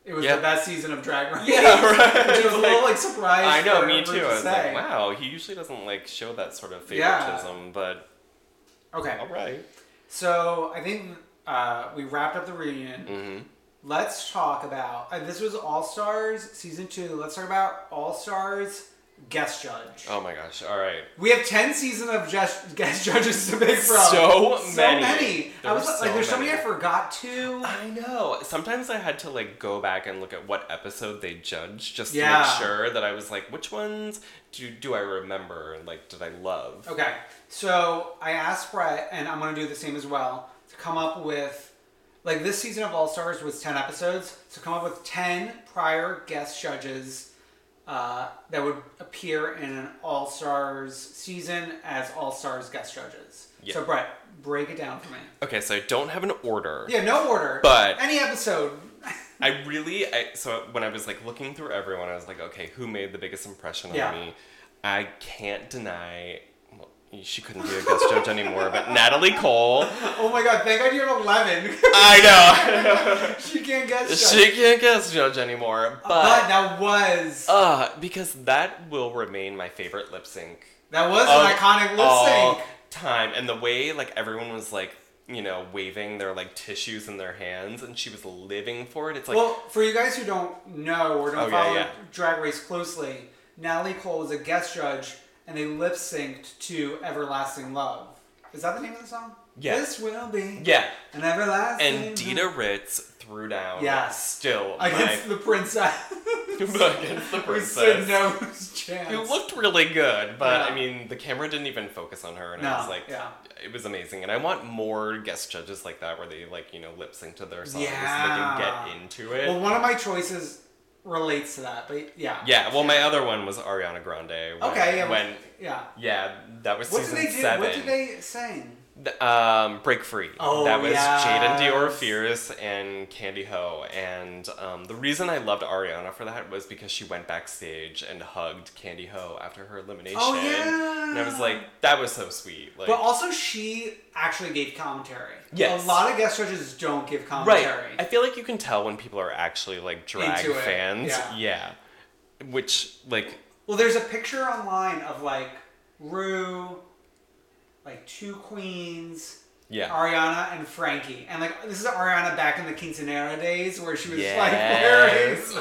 C: it was
B: Yeah.
C: the best season of Drag Race. *laughs*
B: Yeah, right.
C: Which I was a little
B: Like,
C: like surprised.
B: I know,
C: for
B: me
C: Rue
B: too.
C: to
B: I was
C: say.
B: like, wow, he usually doesn't like show that sort of
C: Yeah.
B: favoritism, but
C: Okay,
B: all right.
C: so I think uh, we wrapped up the reunion.
B: Mm-hmm.
C: Let's talk about uh, this was All Stars season two. Let's talk about All Stars guest judge.
B: Oh my gosh, all right.
C: We have ten season of just, guest *laughs* judges to pick from.
B: So
C: so
B: many. There
C: I was
B: were
C: like,
B: so
C: there's so many I
B: many.
C: forgot to.
B: I know. Sometimes I had to like go back and look at what episode they judged just to
C: Yeah.
B: make sure that I was like, which ones do do I remember and like did I love?
C: Okay, so I asked Brett, and I'm gonna do the same as well, to come up with, like this season of All Stars was 10 episodes, so come up with 10 prior guest judges uh, that would appear in an All Stars season as All Stars guest judges. So Brett, break it down for me.
B: Okay, so I don't have an order.
C: Yeah, no order.
B: But-
C: any episode.
B: I really, I, so when I was like looking through everyone, I was like, okay, who made the biggest impression on
C: Yeah.
B: me? I can't deny. Well, she couldn't be a guest judge anymore, but Natalie Cole.
C: Oh my God! Thank God you have *laughs* 11.
B: I
C: she can't guest
B: know
C: judge.
B: *laughs* she can't guest judge anymore,
C: but
B: but
C: that was
B: uh, because that will remain my favorite lip sync
C: that was
B: of
C: an iconic
B: all
C: lip sync.
B: time, and the way like everyone was like, you know, waving their like tissues in their hands, and she was living for it. It's like,
C: Well, for you guys who don't know or don't
B: Oh, yeah,
C: follow
B: yeah.
C: Drag Race closely, Natalie Cole was a guest judge and they lip synced to Everlasting Love. Is that the name of the song?
B: Yeah.
C: This will be
B: yeah.
C: an everlasting
B: And Dita Ritz threw down.
C: Yes.
B: Still.
C: against
B: my,
C: the *laughs* princess.
B: *laughs* against the
C: *laughs* We stood
B: princess.
C: no chance.
B: Who looked really good, but
C: Yeah.
B: I mean, the camera didn't even focus on her, and
C: No,
B: I was like,
C: yeah.
B: it was amazing. And I want more guest judges like that, where they like you know lip sync to their songs so they
C: Yeah.
B: can get into it.
C: Well, one of my choices relates to that, but yeah.
B: yeah. Well, my other one was Ariana Grande. When,
C: Okay. Yeah.
B: When
C: yeah.
B: yeah, that was
C: What did
B: season
C: they do?
B: seven.
C: What did they sing?
B: Th- um, Break Free.
C: Oh,
B: that was
C: yes.
B: Jaden Dior Fierce and Candy Ho. And um, the reason I loved Ariana for that was because she went backstage and hugged Candy Ho after her elimination.
C: Oh,
B: And I
C: yeah.
B: was like, that was so sweet. Like,
C: But also, she actually gave commentary.
B: Yes.
C: A lot of guest judges don't give
B: right.
C: commentary.
B: I feel like you can tell when people are actually like drag
C: Into it,
B: fans.
C: yeah.
B: yeah. Which, like,
C: Well, there's a picture online of like Rue, like two queens,
B: yeah.
C: Ariana and Frankie, and like this is Ariana back in the quinceanera days where she was
B: Yes.
C: like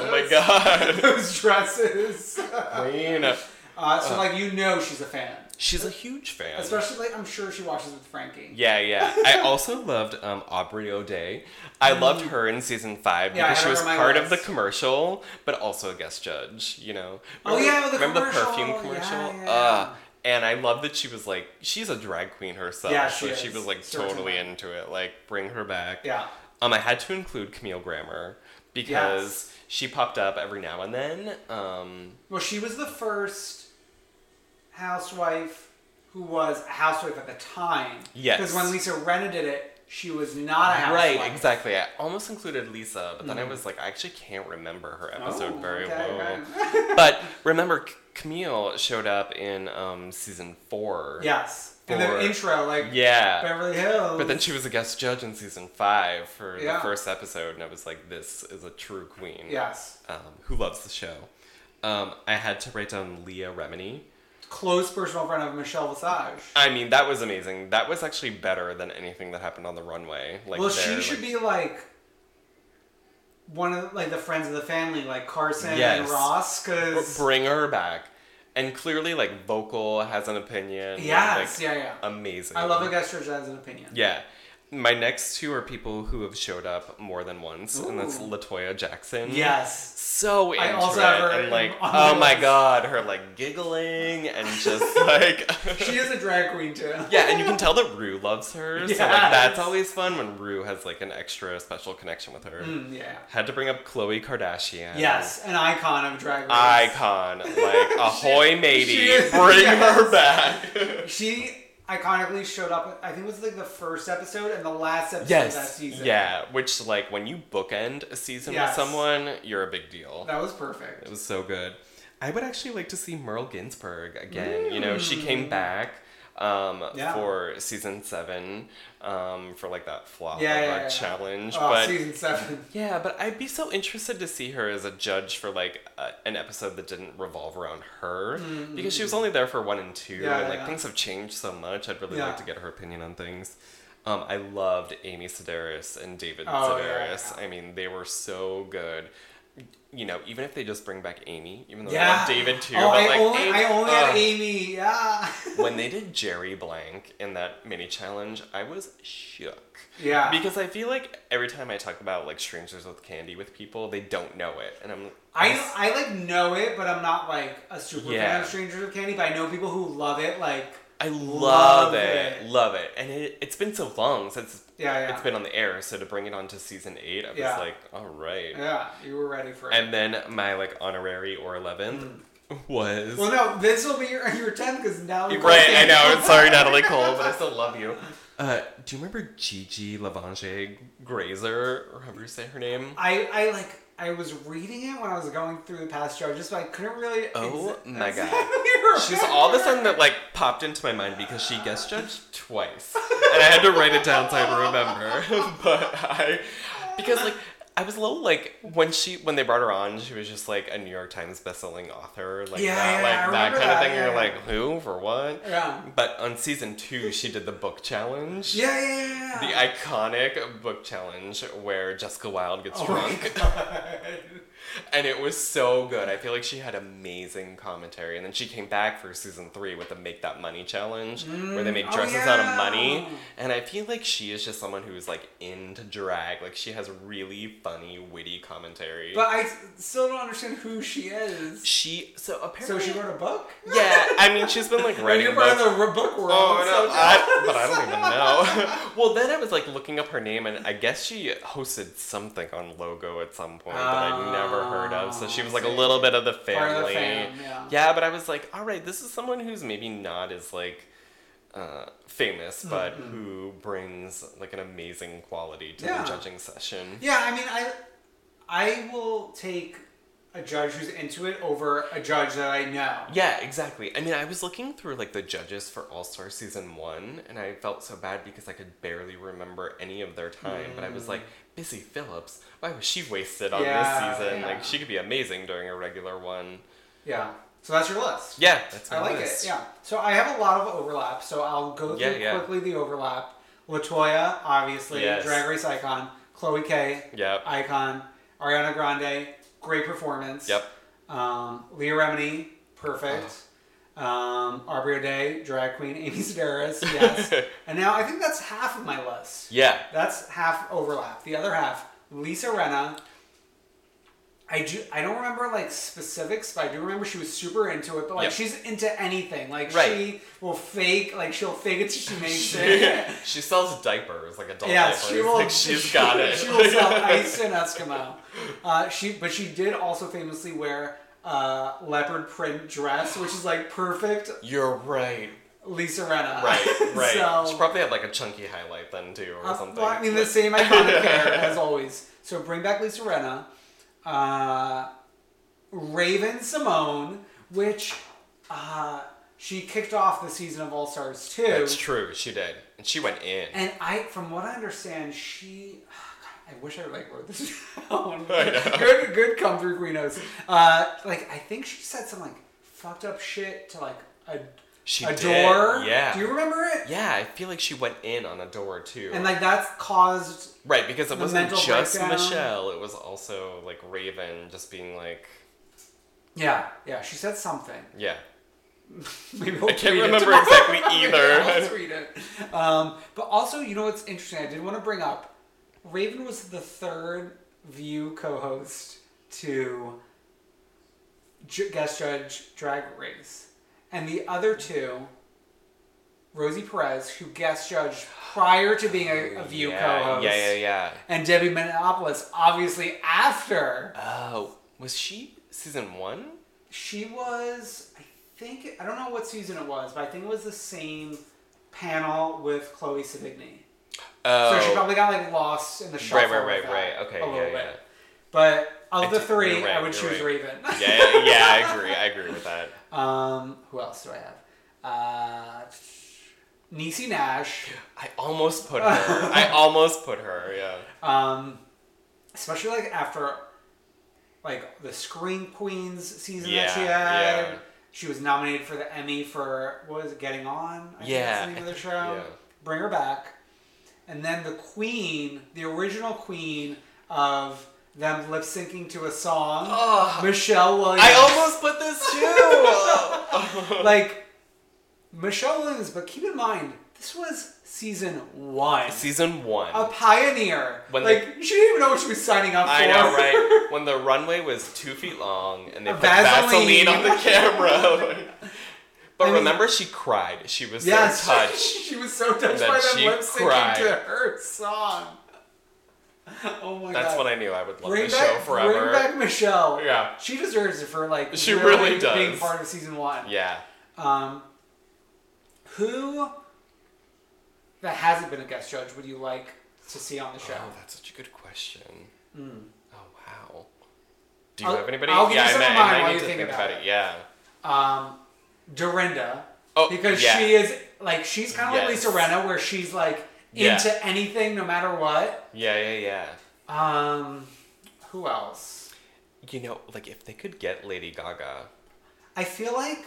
B: Oh
C: wearing
B: my
C: those-
B: god.
C: *laughs* those dresses. *laughs*
B: Queen.
C: uh, so like you know she's a fan,
B: She's a huge fan.
C: especially like, I'm sure she watches with *laughs* Frankie.
B: Yeah, yeah. I also loved um, Aubrey O'Day. I loved her in season five
C: Mm-hmm. Yeah, I
B: because she
C: had her
B: was
C: on my
B: part of the
C: list.
B: commercial, but also a guest judge. You know.
C: Oh, yeah, the
B: remember the
C: commercial.
B: perfume
C: Yeah,
B: commercial?
C: yeah, yeah.
B: Uh, And I love that she was like, she's a drag queen herself.
C: Yeah,
B: so
C: she
B: she
C: is,
B: was like
C: certainly.
B: totally into it. Like, bring her back.
C: Yeah.
B: Um, I had to include Camille Grammer because she popped up every now and then. Um,
C: Well, she was the first housewife who was a housewife at the time.
B: Yes.
C: Because when Lisa rented it, she was not a housewife.
B: right, exactly. I almost included Lisa, but then I was like, I actually can't remember her episode
C: Hmm. Oh,
B: very
C: okay,
B: well.
C: right. *laughs*
B: but remember, C- Camille showed up in um, season four.
C: Yes. And
B: For-
C: the intro, like
B: Yeah.
C: Beverly Hills.
B: But then she was a guest judge in season five for
C: Yeah.
B: the first episode, and I was like, this is a true queen.
C: Yes.
B: Um, who loves the show. Um, I had to write down Leah Remini.
C: Close personal friend of Michelle Visage.
B: I mean, that was amazing. That was actually better than anything that happened on the runway. Like,
C: well,
B: there,
C: she should
B: like-
C: be like one of like the friends of the family, like Carson and
B: Yes.
C: Ross, because
B: Bring her back. And clearly, like, vocal has an opinion.
C: Yes,
B: like,
C: yeah, yeah.
B: Amazing.
C: I love a guest judge that has an opinion.
B: Yeah. My next two are people who have showed up more than once, and that's Latoya Jackson.
C: Yes.
B: so into
C: I also
B: it
C: have her
B: and like
C: on
B: oh
C: my
B: my
C: list.
B: god her like giggling and
C: *laughs*
B: just like
C: She is a drag queen too.
B: *laughs* yeah and you can tell that rue loves her so like
C: Yes.
B: that's always fun when rue has like an extra special connection with her
C: Mm, Yeah.
B: had to bring up chloe kardashian
C: *laughs* Yes, an icon of drag race. *laughs*
B: icon like ahoy matey
C: she is-
B: bring
C: *laughs* yes.
B: her back
C: She iconically showed up. I think it was like the first episode and the last episode of that season.
B: yeah which like when you bookend a season
C: Yes.
B: with someone you're a big deal
C: That was perfect.
B: It was so good. I would actually like to see Merle Ginsburg again. You know, she came back um,
C: Yeah.
B: for season seven um, for like that flop
C: Yeah,
B: of
C: yeah,
B: a
C: yeah.
B: challenge.
C: Oh,
B: but
C: season seven.
B: yeah, but I'd be so interested to see her as a judge for like a, an episode that didn't revolve around her because she was only there for one and two,
C: Mm-hmm. Yeah,
B: and
C: yeah,
B: like
C: yeah.
B: things have changed so much. I'd really
C: Yeah.
B: like to get her opinion on things. Um, I loved Amy Sedaris and David
C: Oh, yeah,
B: Sedaris.
C: yeah.
B: I mean, they were so good. You know, even if they just bring back Amy, even though I
C: Yeah.
B: love David too,
C: Oh,
B: but
C: I,
B: like
C: only,
B: Amy,
C: I only
B: ugh.
C: had Amy. Yeah.
B: when they did Jerry Blank in that mini challenge, I was shook.
C: Yeah.
B: Because I feel like every time I talk about like strangers with candy with people, they don't know it, and I'm
C: I, I like know it, but I'm not like a super fan
B: Yeah.
C: of Strangers of Candy. But I know people who love it. Like
B: I love,
C: Love
B: it,
C: it.
B: love it, and it, it's been so long since
C: Yeah, yeah.
B: it's been on the air, so to bring it on to season eight, I was
C: Yeah.
B: like, all right.
C: yeah, you were ready for it.
B: And then my like honorary or eleventh was
C: Mm. well, no, this will be your *laughs* your tenth because now
B: *laughs*
C: we're
B: right. I
C: going-
B: know. I'm sorry, Natalie Cole, but I still love
C: *laughs*
B: you. Uh, do you remember Gigi Lavange Grazer, or however you say her name?
C: I I like I was reading it when I was going through the past show, just like couldn't really.
B: Oh
C: exa-
B: my god.
C: *laughs* exactly
B: She's all of a sudden that like popped into my mind because she guest judged twice. And I had to write it down so I remember. *laughs* but I because like I was a little like when she when they brought her on, she was just like a New York Times bestselling author, like
C: Yeah,
B: that,
C: yeah,
B: like
C: I
B: that
C: remember
B: kind
C: that,
B: of thing.
C: yeah,
B: You're
C: yeah.
B: like, who for what?
C: Yeah.
B: But on season two, she did the book challenge.
C: Yeah, yeah, yeah,
B: The
C: yeah.
B: iconic book challenge where Jessica Wilde gets
C: Oh my
B: drunk. *laughs* and it was so good. I feel like she had amazing commentary. And then she came back for season three with the Make That Money challenge where they make
C: oh
B: dresses out
C: yeah.
B: of money. And I feel like she is just someone who's like into drag. Like she has really funny, witty commentary.
C: But I s- still don't understand who she is.
B: she, so
C: So
B: apparently.
C: she wrote a book.
B: yeah, I mean, she's
C: *laughs*
B: been like
C: And
B: writing
C: you're part of
B: books.
C: the r- book world.
B: Oh no!
C: so- *laughs*
B: I, but I don't even know. *laughs* well, then I was like looking up her name, and I guess she hosted something on Logo at some point that I'd never heard of. So she was like a little bit of the
C: Ah, Part of the
B: family.
C: fam, yeah.
B: but I was like, all right, this is someone who's maybe not as like uh, famous, but who brings like an amazing quality to
C: Mm-hmm. Yeah.
B: the judging session.
C: Yeah, I mean, I I will take a judge who's into it over a judge that I know.
B: Yeah, exactly. I mean, I was looking through like the judges for All Star Season 1 and I felt so bad because I could barely remember any of their time, but I was like, Busy Phillips, why was she wasted on
C: Mm. Yeah,
B: this season?
C: yeah.
B: Like she could be amazing during a regular one.
C: Yeah. So that's your list.
B: Yeah, that's my
C: I like
B: list.
C: it. Yeah. So I have a lot of overlap. So I'll go through
B: Yeah, yeah.
C: quickly the overlap. Latoya, obviously,
B: Yes.
C: Drag Race icon. Chloe K,
B: Yep.
C: icon. Ariana Grande, great performance.
B: Yep.
C: Um, Leah Remini, perfect.
B: Uh-huh.
C: Um, Aubrey O'Day, drag queen. *laughs* Amy
B: *laughs*
C: Sedaris, yes. and now I think that's half of my list. *laughs*
B: Yeah. *laughs*
C: That's half overlap. The other half, Lisa Renna. I do. I don't remember like specifics, but I do remember she was super into it. But like
B: Yep.
C: she's into anything. Like
B: Right.
C: she will fake. Like she'll fake it till
B: *laughs*
C: she makes it.
B: she sells diapers, like adult
C: Yes,
B: diapers.
C: she will.
B: like, she's
C: *laughs*
B: got it.
C: She will sell ice and Eskimo. Uh, she, but she did also famously wear a leopard print dress, which is like perfect
B: *laughs* You're right.
C: Lisa Renna.
B: Right, right.
C: *laughs* so,
B: She probably had like a chunky highlight then too, or
C: uh,
B: something.
C: well, I mean, the same iconic hair as always. So bring back Lisa Renna, uh, Raven Simone, which uh, she kicked off the season of All Stars too.
B: That's true. She did, and she went in.
C: And I, from what I understand, she. *sighs* God, I wish I like wrote this *laughs* down.
B: know.
C: good, good come through Queen O's. Uh, like I think she said some like fucked up shit to like a,
B: She
C: a
B: did,
C: door.
B: yeah.
C: Do you remember it?
B: yeah, I feel like she went in on a door too.
C: And like that's caused.
B: right, because it
C: the
B: wasn't
C: mental
B: just
C: breakdown.
B: Michelle. It was also like Raven just being like,
C: Yeah, yeah. She said something. *laughs*
B: yeah,
C: Maybe we'll
B: I can't
C: read it *laughs*
B: remember
C: tomorrow.
B: exactly
C: *laughs* Yeah,
B: either.
C: Let's read it. Um, but also, you know what's interesting? I did want to bring up. Raven was the third View co-host to ju- guest judge Drag Race, and the other two, Rosie Perez, who guest judged prior to being a, a View
B: yeah,
C: co-host,
B: yeah, yeah, yeah.
C: and Debbie Menopoulos, obviously after
B: Oh, was she season one?
C: she was i think i don't know what season it was but i think it was the same panel with chloe savigny
B: Oh,
C: so she probably got like lost in the
B: right,
C: shuffle
B: right, right,
C: with that
B: right. Okay,
C: a little
B: yeah,
C: bit.
B: yeah.
C: but of
B: I
C: the
B: did-
C: three
B: you're right,
C: i would
B: you're
C: choose
B: right.
C: raven
B: yeah, yeah, yeah, I agree. I agree with that.
C: *laughs* um who else do i have uh Niecy nash
B: I almost put her.
C: *laughs*
B: I almost put her. Yeah.
C: um especially like after like the scream queens season that she
B: Yeah,
C: had
B: yeah.
C: she was nominated for the emmy for what was it getting on
B: Yeah,
C: I think that's the name
B: I
C: of the show
B: think- yeah.
C: bring her back and then the queen the original queen of them lip syncing to a song michelle williams
B: I almost put this too.
C: *laughs* like michelle williams but keep in mind this was season one
B: *laughs* Season one.
C: a pioneer
B: When the-
C: like she didn't even know what she was signing up
B: I
C: for
B: know,
C: *laughs*
B: right? When the runway was two feet long and they put
C: Vaseline.
B: Vaseline, on
C: *laughs*
B: the camera. but
C: I mean-
B: remember, she cried. She was
C: Yes, Oh
B: so touched.
C: *laughs* she was so touched
B: that
C: by them
B: she
C: lip syncing
B: cried.
C: to her song. Oh my
B: That's
C: god!
B: when I knew I would love
C: bring
B: the
C: back,
B: show forever.
C: Bring back Michelle.
B: Yeah.
C: she deserves it for like
B: She really
C: being
B: does.
C: part of season one.
B: Yeah.
C: Um, who that hasn't been a guest judge would you like to see on the show?
B: Oh, that's such a good question. Oh wow. Do you
C: Hmm. I'll-
B: have anybody?
C: I'll give
B: yeah,
C: you some
B: I
C: of
B: might,
C: mine
B: I might
C: while
B: need
C: you
B: to
C: think
B: think
C: about
B: about
C: it.
B: it. Yeah.
C: Um, Dorinda.
B: Oh,
C: because
B: yeah.
C: she is like she's kind of
B: Yes.
C: like Lisa Renna, where she's like
B: Yeah.
C: into anything no matter what.
B: Yeah, yeah, yeah.
C: Um, who else?
B: You know, like if they could get Lady Gaga.
C: I feel like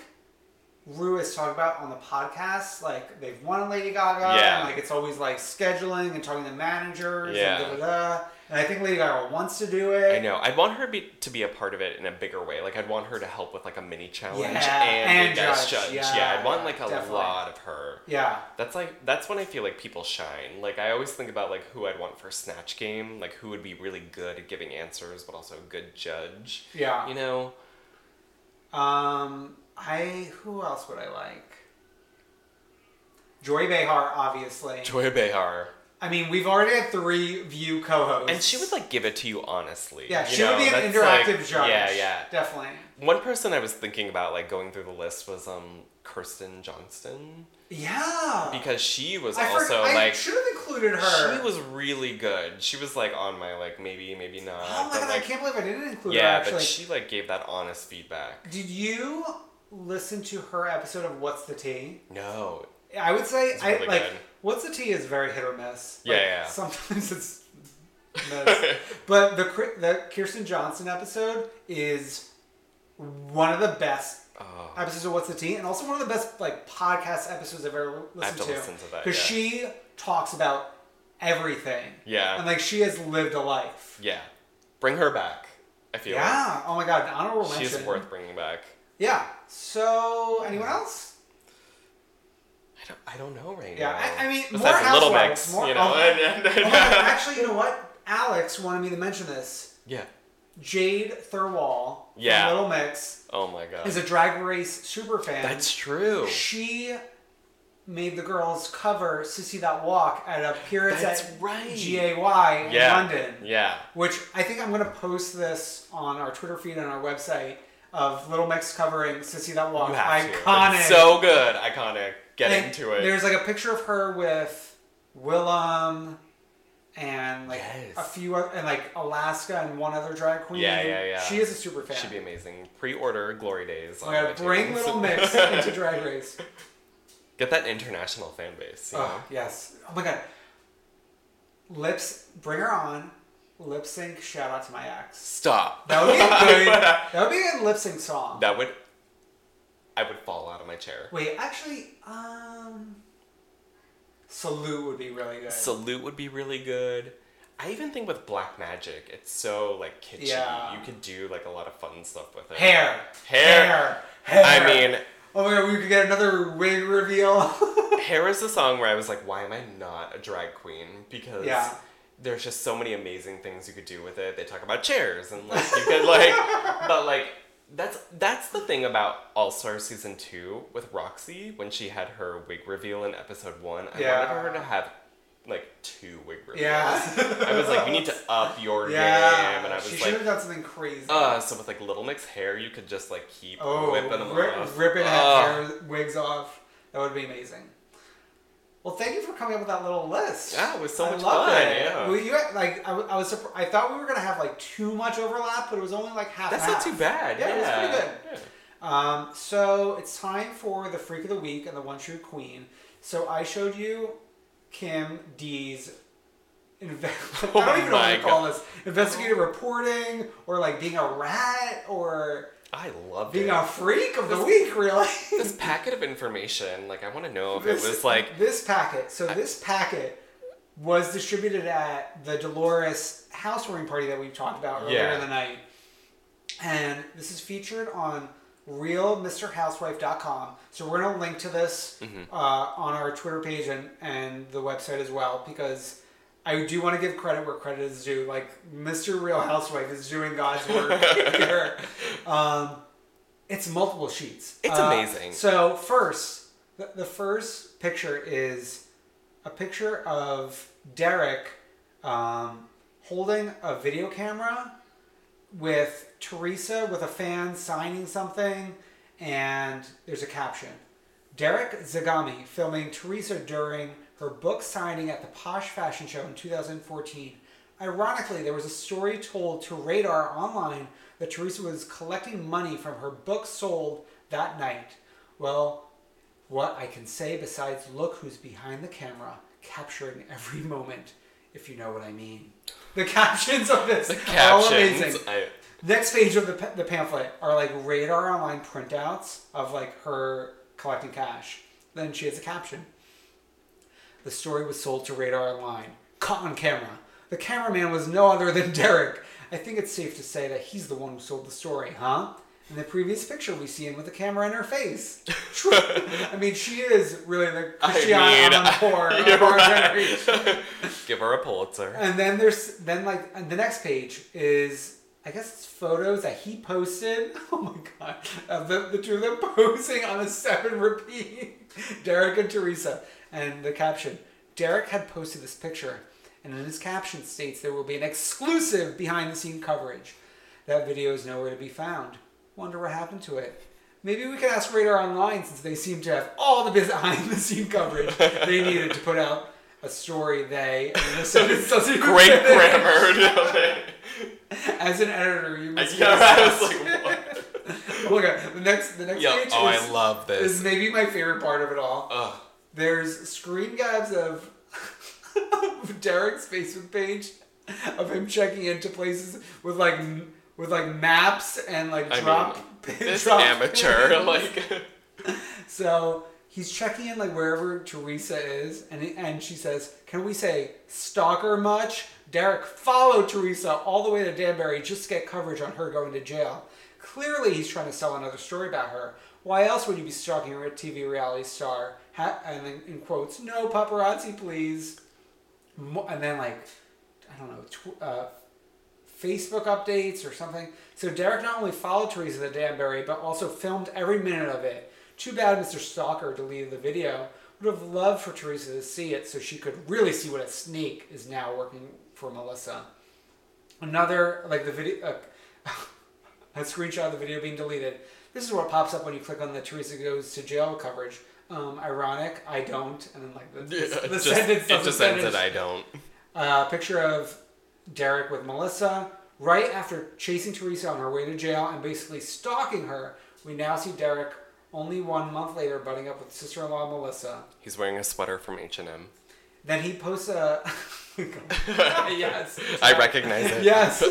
C: Rue has talked about on the podcast, like they've won Lady Gaga,
B: Yeah.
C: and like it's always like scheduling and talking to managers,
B: Yeah.
C: and da da da. And I think Lady Gaga wants to do
B: I
C: it.
B: know. I'd want her be, to be a part of it in a bigger way. Like I'd want her to help with like a mini challenge
C: Yeah,
B: and, a
C: and
B: guest
C: judge.
B: judge.
C: Yeah,
B: Yeah, I'd want like a
C: definitely.
B: lot of her.
C: Yeah,
B: That's like that's when I feel like people shine. Like I always think about like who I'd want for Snatch Game, like who would be really good at giving answers but also a good judge.
C: yeah.
B: You know?
C: Um, I who else would I like? Joy Behar, obviously.
B: Joya Behar.
C: I mean, we've already had three View co-hosts,
B: And she would like give it to you honestly.
C: yeah,
B: you
C: she would
B: know?
C: be an
B: That's,
C: interactive
B: like-
C: judge.
B: Yeah, yeah.
C: definitely.
B: One person I was thinking about like going through the list was um Kirsten Johnston
C: Yeah,
B: because she was
C: I,
B: also
C: forgot- I
B: like
C: should have included her.
B: She was really good. She was like on my like maybe maybe not. Uh,
C: Oh my
B: but,
C: god,
B: like,
C: I can't believe I didn't include her
B: Yeah,
C: actually.
B: but she like gave that honest feedback.
C: Did you listen to her episode of What's the Tea?
B: No,
C: I would say I
B: really
C: like
B: good.
C: What's the Tea is very hit or miss. Like,
B: Yeah, yeah. *laughs*
C: Sometimes it's miss. but the Kir- the Kirsten Johnson episode is one of the best
B: Oh.
C: episodes of What's the Tea and also one of the best like podcast episodes I've ever listened
B: have to listen to that,
C: Cuz
B: yeah.
C: she talks about everything.
B: Yeah.
C: And like she has lived a life.
B: yeah, bring her back. I feel
C: Yeah. Oh my god, an honorable
B: like she's
C: mention.
B: worth bringing back.
C: Yeah. So,
B: *laughs*
C: anyone else?
B: I don't, I don't know right
C: Yeah,
B: now.
C: I- I mean, more
B: besides Little
C: housewives,
B: Mix,
C: more-
B: you know.
C: *laughs* oh.
B: and- and-
C: Oh my God, actually, you know what? Alex wanted me to mention this.
B: *laughs* yeah,
C: Jade Thirlwall
B: Yeah.
C: from Little Mix
B: Oh my god.
C: is a drag race superfan.
B: That's true.
C: She made the girls cover Sissy That Walk at a appearance
B: That's
C: at
B: right.
C: GAY in
B: Yeah.
C: London.
B: Yeah.
C: Which I think I'm going to post this on our Twitter feed and our website of Little Mix covering Sissy That Walk.
B: You have to.
C: Iconic.
B: It's so good. Iconic. Get
C: And
B: into it.
C: There's like a picture of her with Willem and like
B: Yes.
C: a few oth- and like Alaska and one other drag queen.
B: Yeah, yeah, yeah.
C: She is a super fan.
B: Should be amazing. Pre-order Glory Days. on
C: Oh my God,
B: iTunes.
C: bring Little
B: *laughs*
C: Mix into Drag Race.
B: Get that international fan base. You know?
C: Oh, yes. Oh my god. Lips, bring her on. Lip sync. Shout out to my ex.
B: Stop.
C: That would be
B: *laughs*
C: a good. that would be a good lip sync song.
B: That would. I would fall out of my chair.
C: Wait, actually, um, salute would be really good.
B: Salute would be really good. I even think with Black Magic, it's so like kitschy.
C: Yeah.
B: You could do like a lot of fun stuff with it.
C: hair.
B: Hair.
C: Hair.
B: I mean,
C: Oh my god, we could get another wig
B: *laughs*
C: reveal.
B: Hair is the song where I was like, why am I not a drag queen? Because
C: Yeah.
B: there's just so many amazing things you could do with it. They talk about chairs and like you could
C: *laughs*
B: like but like that's that's the thing about All Star season two with Roxy when she had her wig reveal in episode one. I
C: Yeah.
B: wanted her to have like two wig reveals.
C: yeah.
B: I was like, you
C: *laughs*
B: need to up your
C: yeah.
B: game and I was
C: she should
B: like
C: have done something crazy.
B: uh, so with like Little Mix hair, you could just like keep
C: oh,
B: whipping them
C: rip,
B: off.
C: ripping
B: Ugh.
C: hair wigs off. That would be amazing. Well, thank you for coming up with that little list.
B: Yeah, it was so
C: I
B: much
C: love
B: fun,
C: It.
B: yeah.
C: Well, you like I, w- I was surpr- I thought we were gonna have like too much overlap, but it was only like half.
B: That's
C: and
B: not
C: half.
B: too bad.
C: Yeah,
B: Yeah,
C: it was pretty good.
B: Yeah.
C: Um, so it's time for the freak of the week and the one true queen. So I showed you Kim D's. Inve- *laughs* I don't even
B: Oh
C: know what
B: my
C: to call this. Investigative reporting, or like being a rat, or
B: I loved
C: being
B: it.
C: a freak of the week, really.
B: this packet of information, like I want to know if it was like
C: this packet. So this packet was distributed at the Dolores housewarming party that we talked about earlier
B: Yeah.
C: in the night, and this is featured on realmrhousewife.com. So we're gonna link to this
B: Mm-hmm.
C: uh, on our Twitter page and and the website as well because. I do want to give credit where credit is due. Like Mr. Real Housewife is doing
B: *laughs*
C: God's work here. Um, it's multiple sheets.
B: It's
C: Uh,
B: amazing.
C: So first, the, the first picture is a picture of Derek um, holding a video camera with Teresa with a fan signing something, and there's a caption. Derek Zagami filming Teresa during her book signing at the Posh Fashion Show in 2014. Ironically, there was a story told to Radar online that Teresa was collecting money from her book sold that night. Well, what I can say besides look who's behind the camera, capturing every *laughs* moment, if you know what I mean. The captions of this are all
B: captions.
C: amazing.
B: I,
C: Next page of the, pa- the pamphlet are like radar online printouts of like her collecting cash. Then she has a caption. The story was sold to radar online, caught on camera. The cameraman was no other than Derek. I think it's safe to say that he's the one who sold the story, huh? In the previous picture, we see him with the camera in her face.
B: *laughs*
C: True. I mean, she is really the
B: mean,
C: Christiana Amanpour
B: *laughs* you're
C: of our
B: right.
C: generation.
B: give her a
C: *laughs*
B: Pulitzer. *laughs*
C: And then there's then like and the next page is I guess it's photos that he posted. *laughs* Oh my god, of the, the two of them *laughs* posing on a seven repeat. *laughs* Derek and Teresa, and the caption. Derek had posted this picture, and in his caption states there will be an exclusive behind the scene coverage. That video is nowhere to be found. Wonder what happened to it. Maybe we can ask Radar Online since they seem to have all the behind the scene coverage they needed to put out a story *laughs* they and this sentence doesn't even
B: Great
C: fit.
B: grammar. *laughs* you know what I mean?
C: *laughs* As an editor, you must
B: yeah, *laughs* I was like, what?
C: *laughs* Look at the next the next
B: Yeah,
C: page
B: oh, I
C: is,
B: love this.
C: is maybe my favorite part of it all.
B: Ugh.
C: There's screen grabs of, *laughs* of Derek's Facebook page of him checking into places with like m- with like maps and like
B: I
C: *laughs* drop
B: mean, this
C: drop *laughs*
B: amateur,
C: pins.
B: like,
C: So he's checking in like wherever Teresa is, and and she says, "Can we say stalker much?" Derek followed Teresa all the way to Danbury just to get coverage on her going to jail. Clearly, he's trying to sell another story about her. Why else would you be stalking a TV reality star? Ha- and then in quotes, "No paparazzi, please." Mo- And then like, I don't know, tw- uh, Facebook updates or something. So Derek not only followed Teresa the Danbury, but also filmed every minute of it. Too bad Mr. Stalker deleted the video. Would have loved for Teresa to see it so she could really see what a snake is now working for Melissa. Another, like the video, uh, *laughs* a screenshot of the video being deleted. This is what pops up when you click on the Teresa goes to jail coverage. Um, ironic, I don't, and then like the, the
B: just, *laughs*
C: sentence
B: it
C: doesn't
B: just ends
C: finish.
B: that I don't.
C: Uh, picture of Derek with Melissa right after chasing Teresa on her way to jail and basically stalking her. We now see Derek only one month later butting up with sister-in-law Melissa.
B: He's wearing a sweater from H and
C: *laughs*
B: M.
C: Then he posts a *laughs* oh yes,
B: I recognize *laughs* it.
C: yes,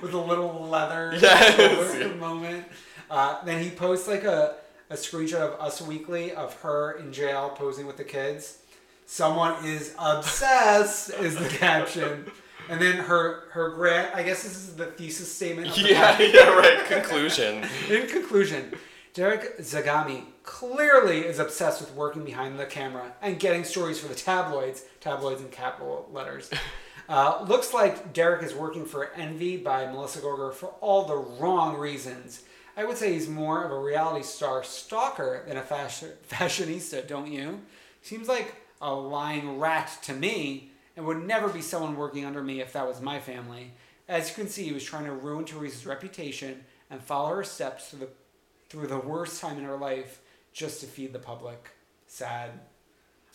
C: with a little leather
B: *laughs*
C: *laughs*
B: Yes.
C: shoulder moment. Uh, then he posts like a, a screenshot of Us Weekly of her in jail posing with the kids. Someone is obsessed is the caption, and then her her grant. I guess this is the thesis statement. Of the
B: Yeah, yeah, right.
C: *laughs*
B: Conclusion.
C: in conclusion, Derek Zagami clearly is obsessed with working behind the camera and getting stories for the tabloids, tabloids in capital letters. Uh, looks like Derek is working for Envy by Melissa Gorger for all the wrong reasons. I would say he's more of a reality star stalker than a fashion, *laughs* fashionista, don't you? Seems like a lying rat to me and would never be someone working under me if that was my family. As you can see, he was trying to ruin Teresa's reputation and follow her steps through the through the worst time in her life just to feed the public. Sad.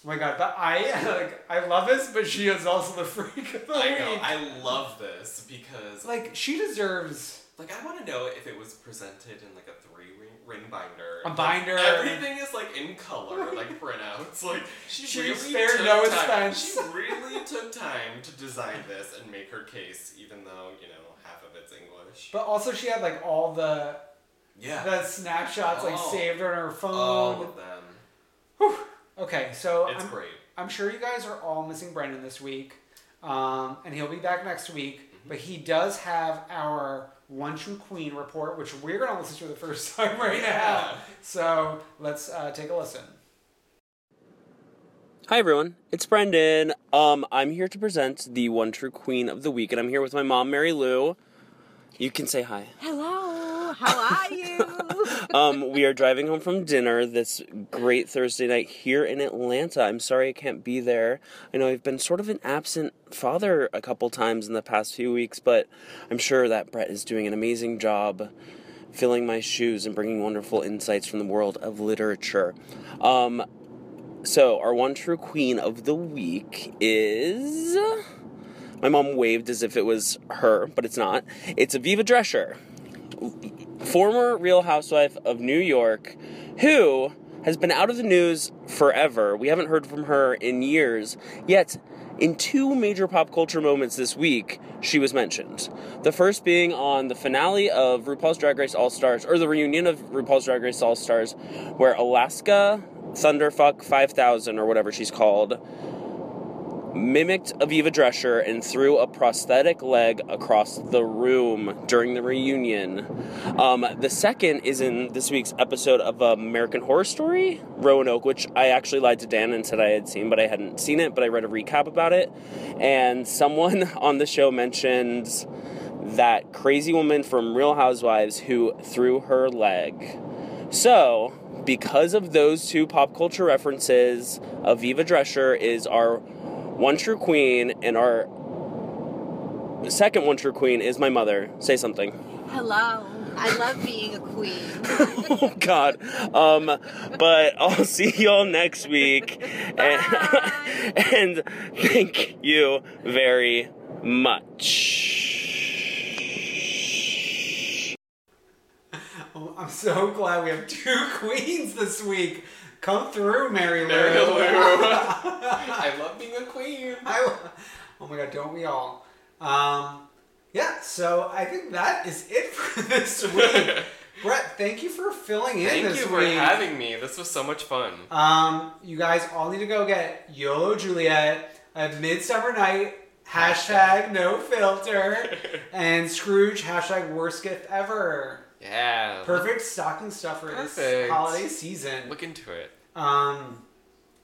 C: Oh my god, but I *laughs* like I love this, but she is also the freak of the
B: I know.
C: week.
B: I love this because, like,
C: Like she deserves
B: I want to know if it was presented in like a three ring, ring binder.
C: A
B: Like,
C: binder.
B: everything is like in
C: *laughs*
B: color, like printouts. Like she,
C: She
B: really
C: spared
B: took
C: no
B: time.
C: expense.
B: She really took time to design this and make her case, even though you know half of it's English.
C: but also she had like all the
B: yeah.
C: the snapshots like
B: Oh.
C: saved on her
B: all of
C: phone.
B: them.
C: Okay, so
B: Oh. It's
C: I'm-
B: great.
C: I'm sure you guys are all missing Brendan this week, um, and he'll be back next week.
B: Mm-hmm.
C: But he does have our one true queen report, which we're gonna listen to the first *laughs* time right now. So let's uh, take a listen.
D: Hi everyone, it's Brendan. Um, I'm here to present the One True Queen of the Week, and I'm here with my mom, Mary Lou. You can say hi.
E: Hello, how are you?
D: *laughs* Um, we are driving home from dinner this great Thursday night here in Atlanta. I'm sorry I can't be there. I know I've been sort of an absent father a couple times in the past few weeks, but I'm sure that Brett is doing an amazing job filling my shoes and bringing wonderful insights from the world of literature. Um, so, our one true queen of the week is. My mom waved as if it was her, but it's not. It's Aviva Drescher former Real Housewife of New York, who has been out of the news forever. We haven't heard from her in years, yet, in two major pop culture moments this week, she was mentioned. The first being on the finale of RuPaul's Drag Race All Stars, or the reunion of RuPaul's Drag Race All Stars, where Alaska Thunderfuck 5000, or whatever she's called, mimicked Aviva Drescher and threw a prosthetic leg across the room during the reunion. Um, the second is in this week's episode of American Horror Story, Roanoke, which I actually lied to Dan and said I had seen, but I hadn't seen it, but I read a recap about it. And someone *laughs* on the show mentioned that crazy woman from Real Housewives who threw her leg. So, because of those two pop culture references, Aviva Drescher is our one true queen, and our second one true queen is my mother. Say something.
E: Hello, I love being a queen.
D: Oh, God. Um, but I'll *laughs* see y'all next week.
E: Bye.
D: *laughs* And, and thank you very much.
C: Oh, I'm so glad we have two *laughs* queens this week. Come through, Mary Lou.
B: Mary Lou. I love being a queen.
C: I, oh my god, don't we all? Um, yeah, so I think that is it *laughs* for this week.
B: *laughs*
C: Brett, thank you for filling in
B: Thank
C: this
B: you
C: week.
B: for having me. This was so much fun.
C: Um, you guys all need to go get YOLO Juliet, a Midsummer Night, hashtag no filter,
B: *laughs*
C: and Scrooge, hashtag worst gift ever.
B: Yeah.
C: Perfect stocking stuffer this
B: Perfect.
C: holiday season.
B: Look into it.
C: Um,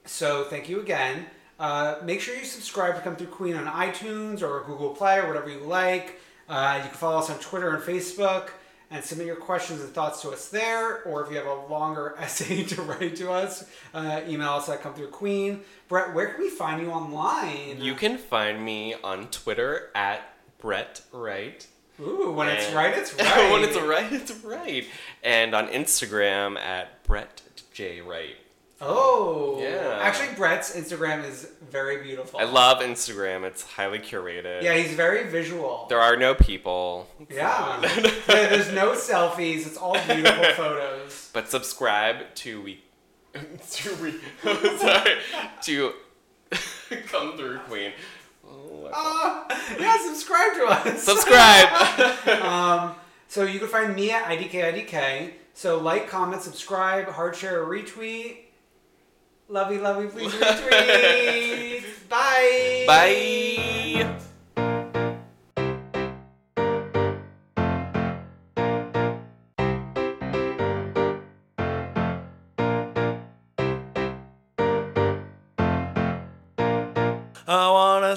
C: so thank you again. Uh, make sure you subscribe to Come Through Queen on iTunes or Google Play or whatever you like. Uh, you can follow us on Twitter and Facebook and submit your questions and thoughts to us there. Or if you have a longer *laughs* essay to write to us, uh, email us at come through queen. Brett, where can we find you online?
B: You can find me on Twitter at Brett Wright.
C: Ooh, when it's
B: And-
C: right, it's right.
B: *laughs* when it's right, it's right. And on Instagram at Brett J Wright.
C: Oh,
B: Yeah.
C: Actually, Brett's Instagram is very beautiful.
B: I love Instagram. It's highly curated.
C: Yeah, he's very visual.
B: There are no people.
C: yeah. *laughs* Yeah, There's no selfies. It's all *laughs* beautiful photos.
B: But subscribe to we *laughs* to we *laughs* sorry to *laughs* come through Queen. Oh, my God.
C: Yeah, subscribe to us.
B: subscribe. *laughs*
C: so you can find me at IDKIDK. So like, comment, subscribe, hard share, retweet. Love you, love you, please retweet. Bye.
B: Bye. I wanna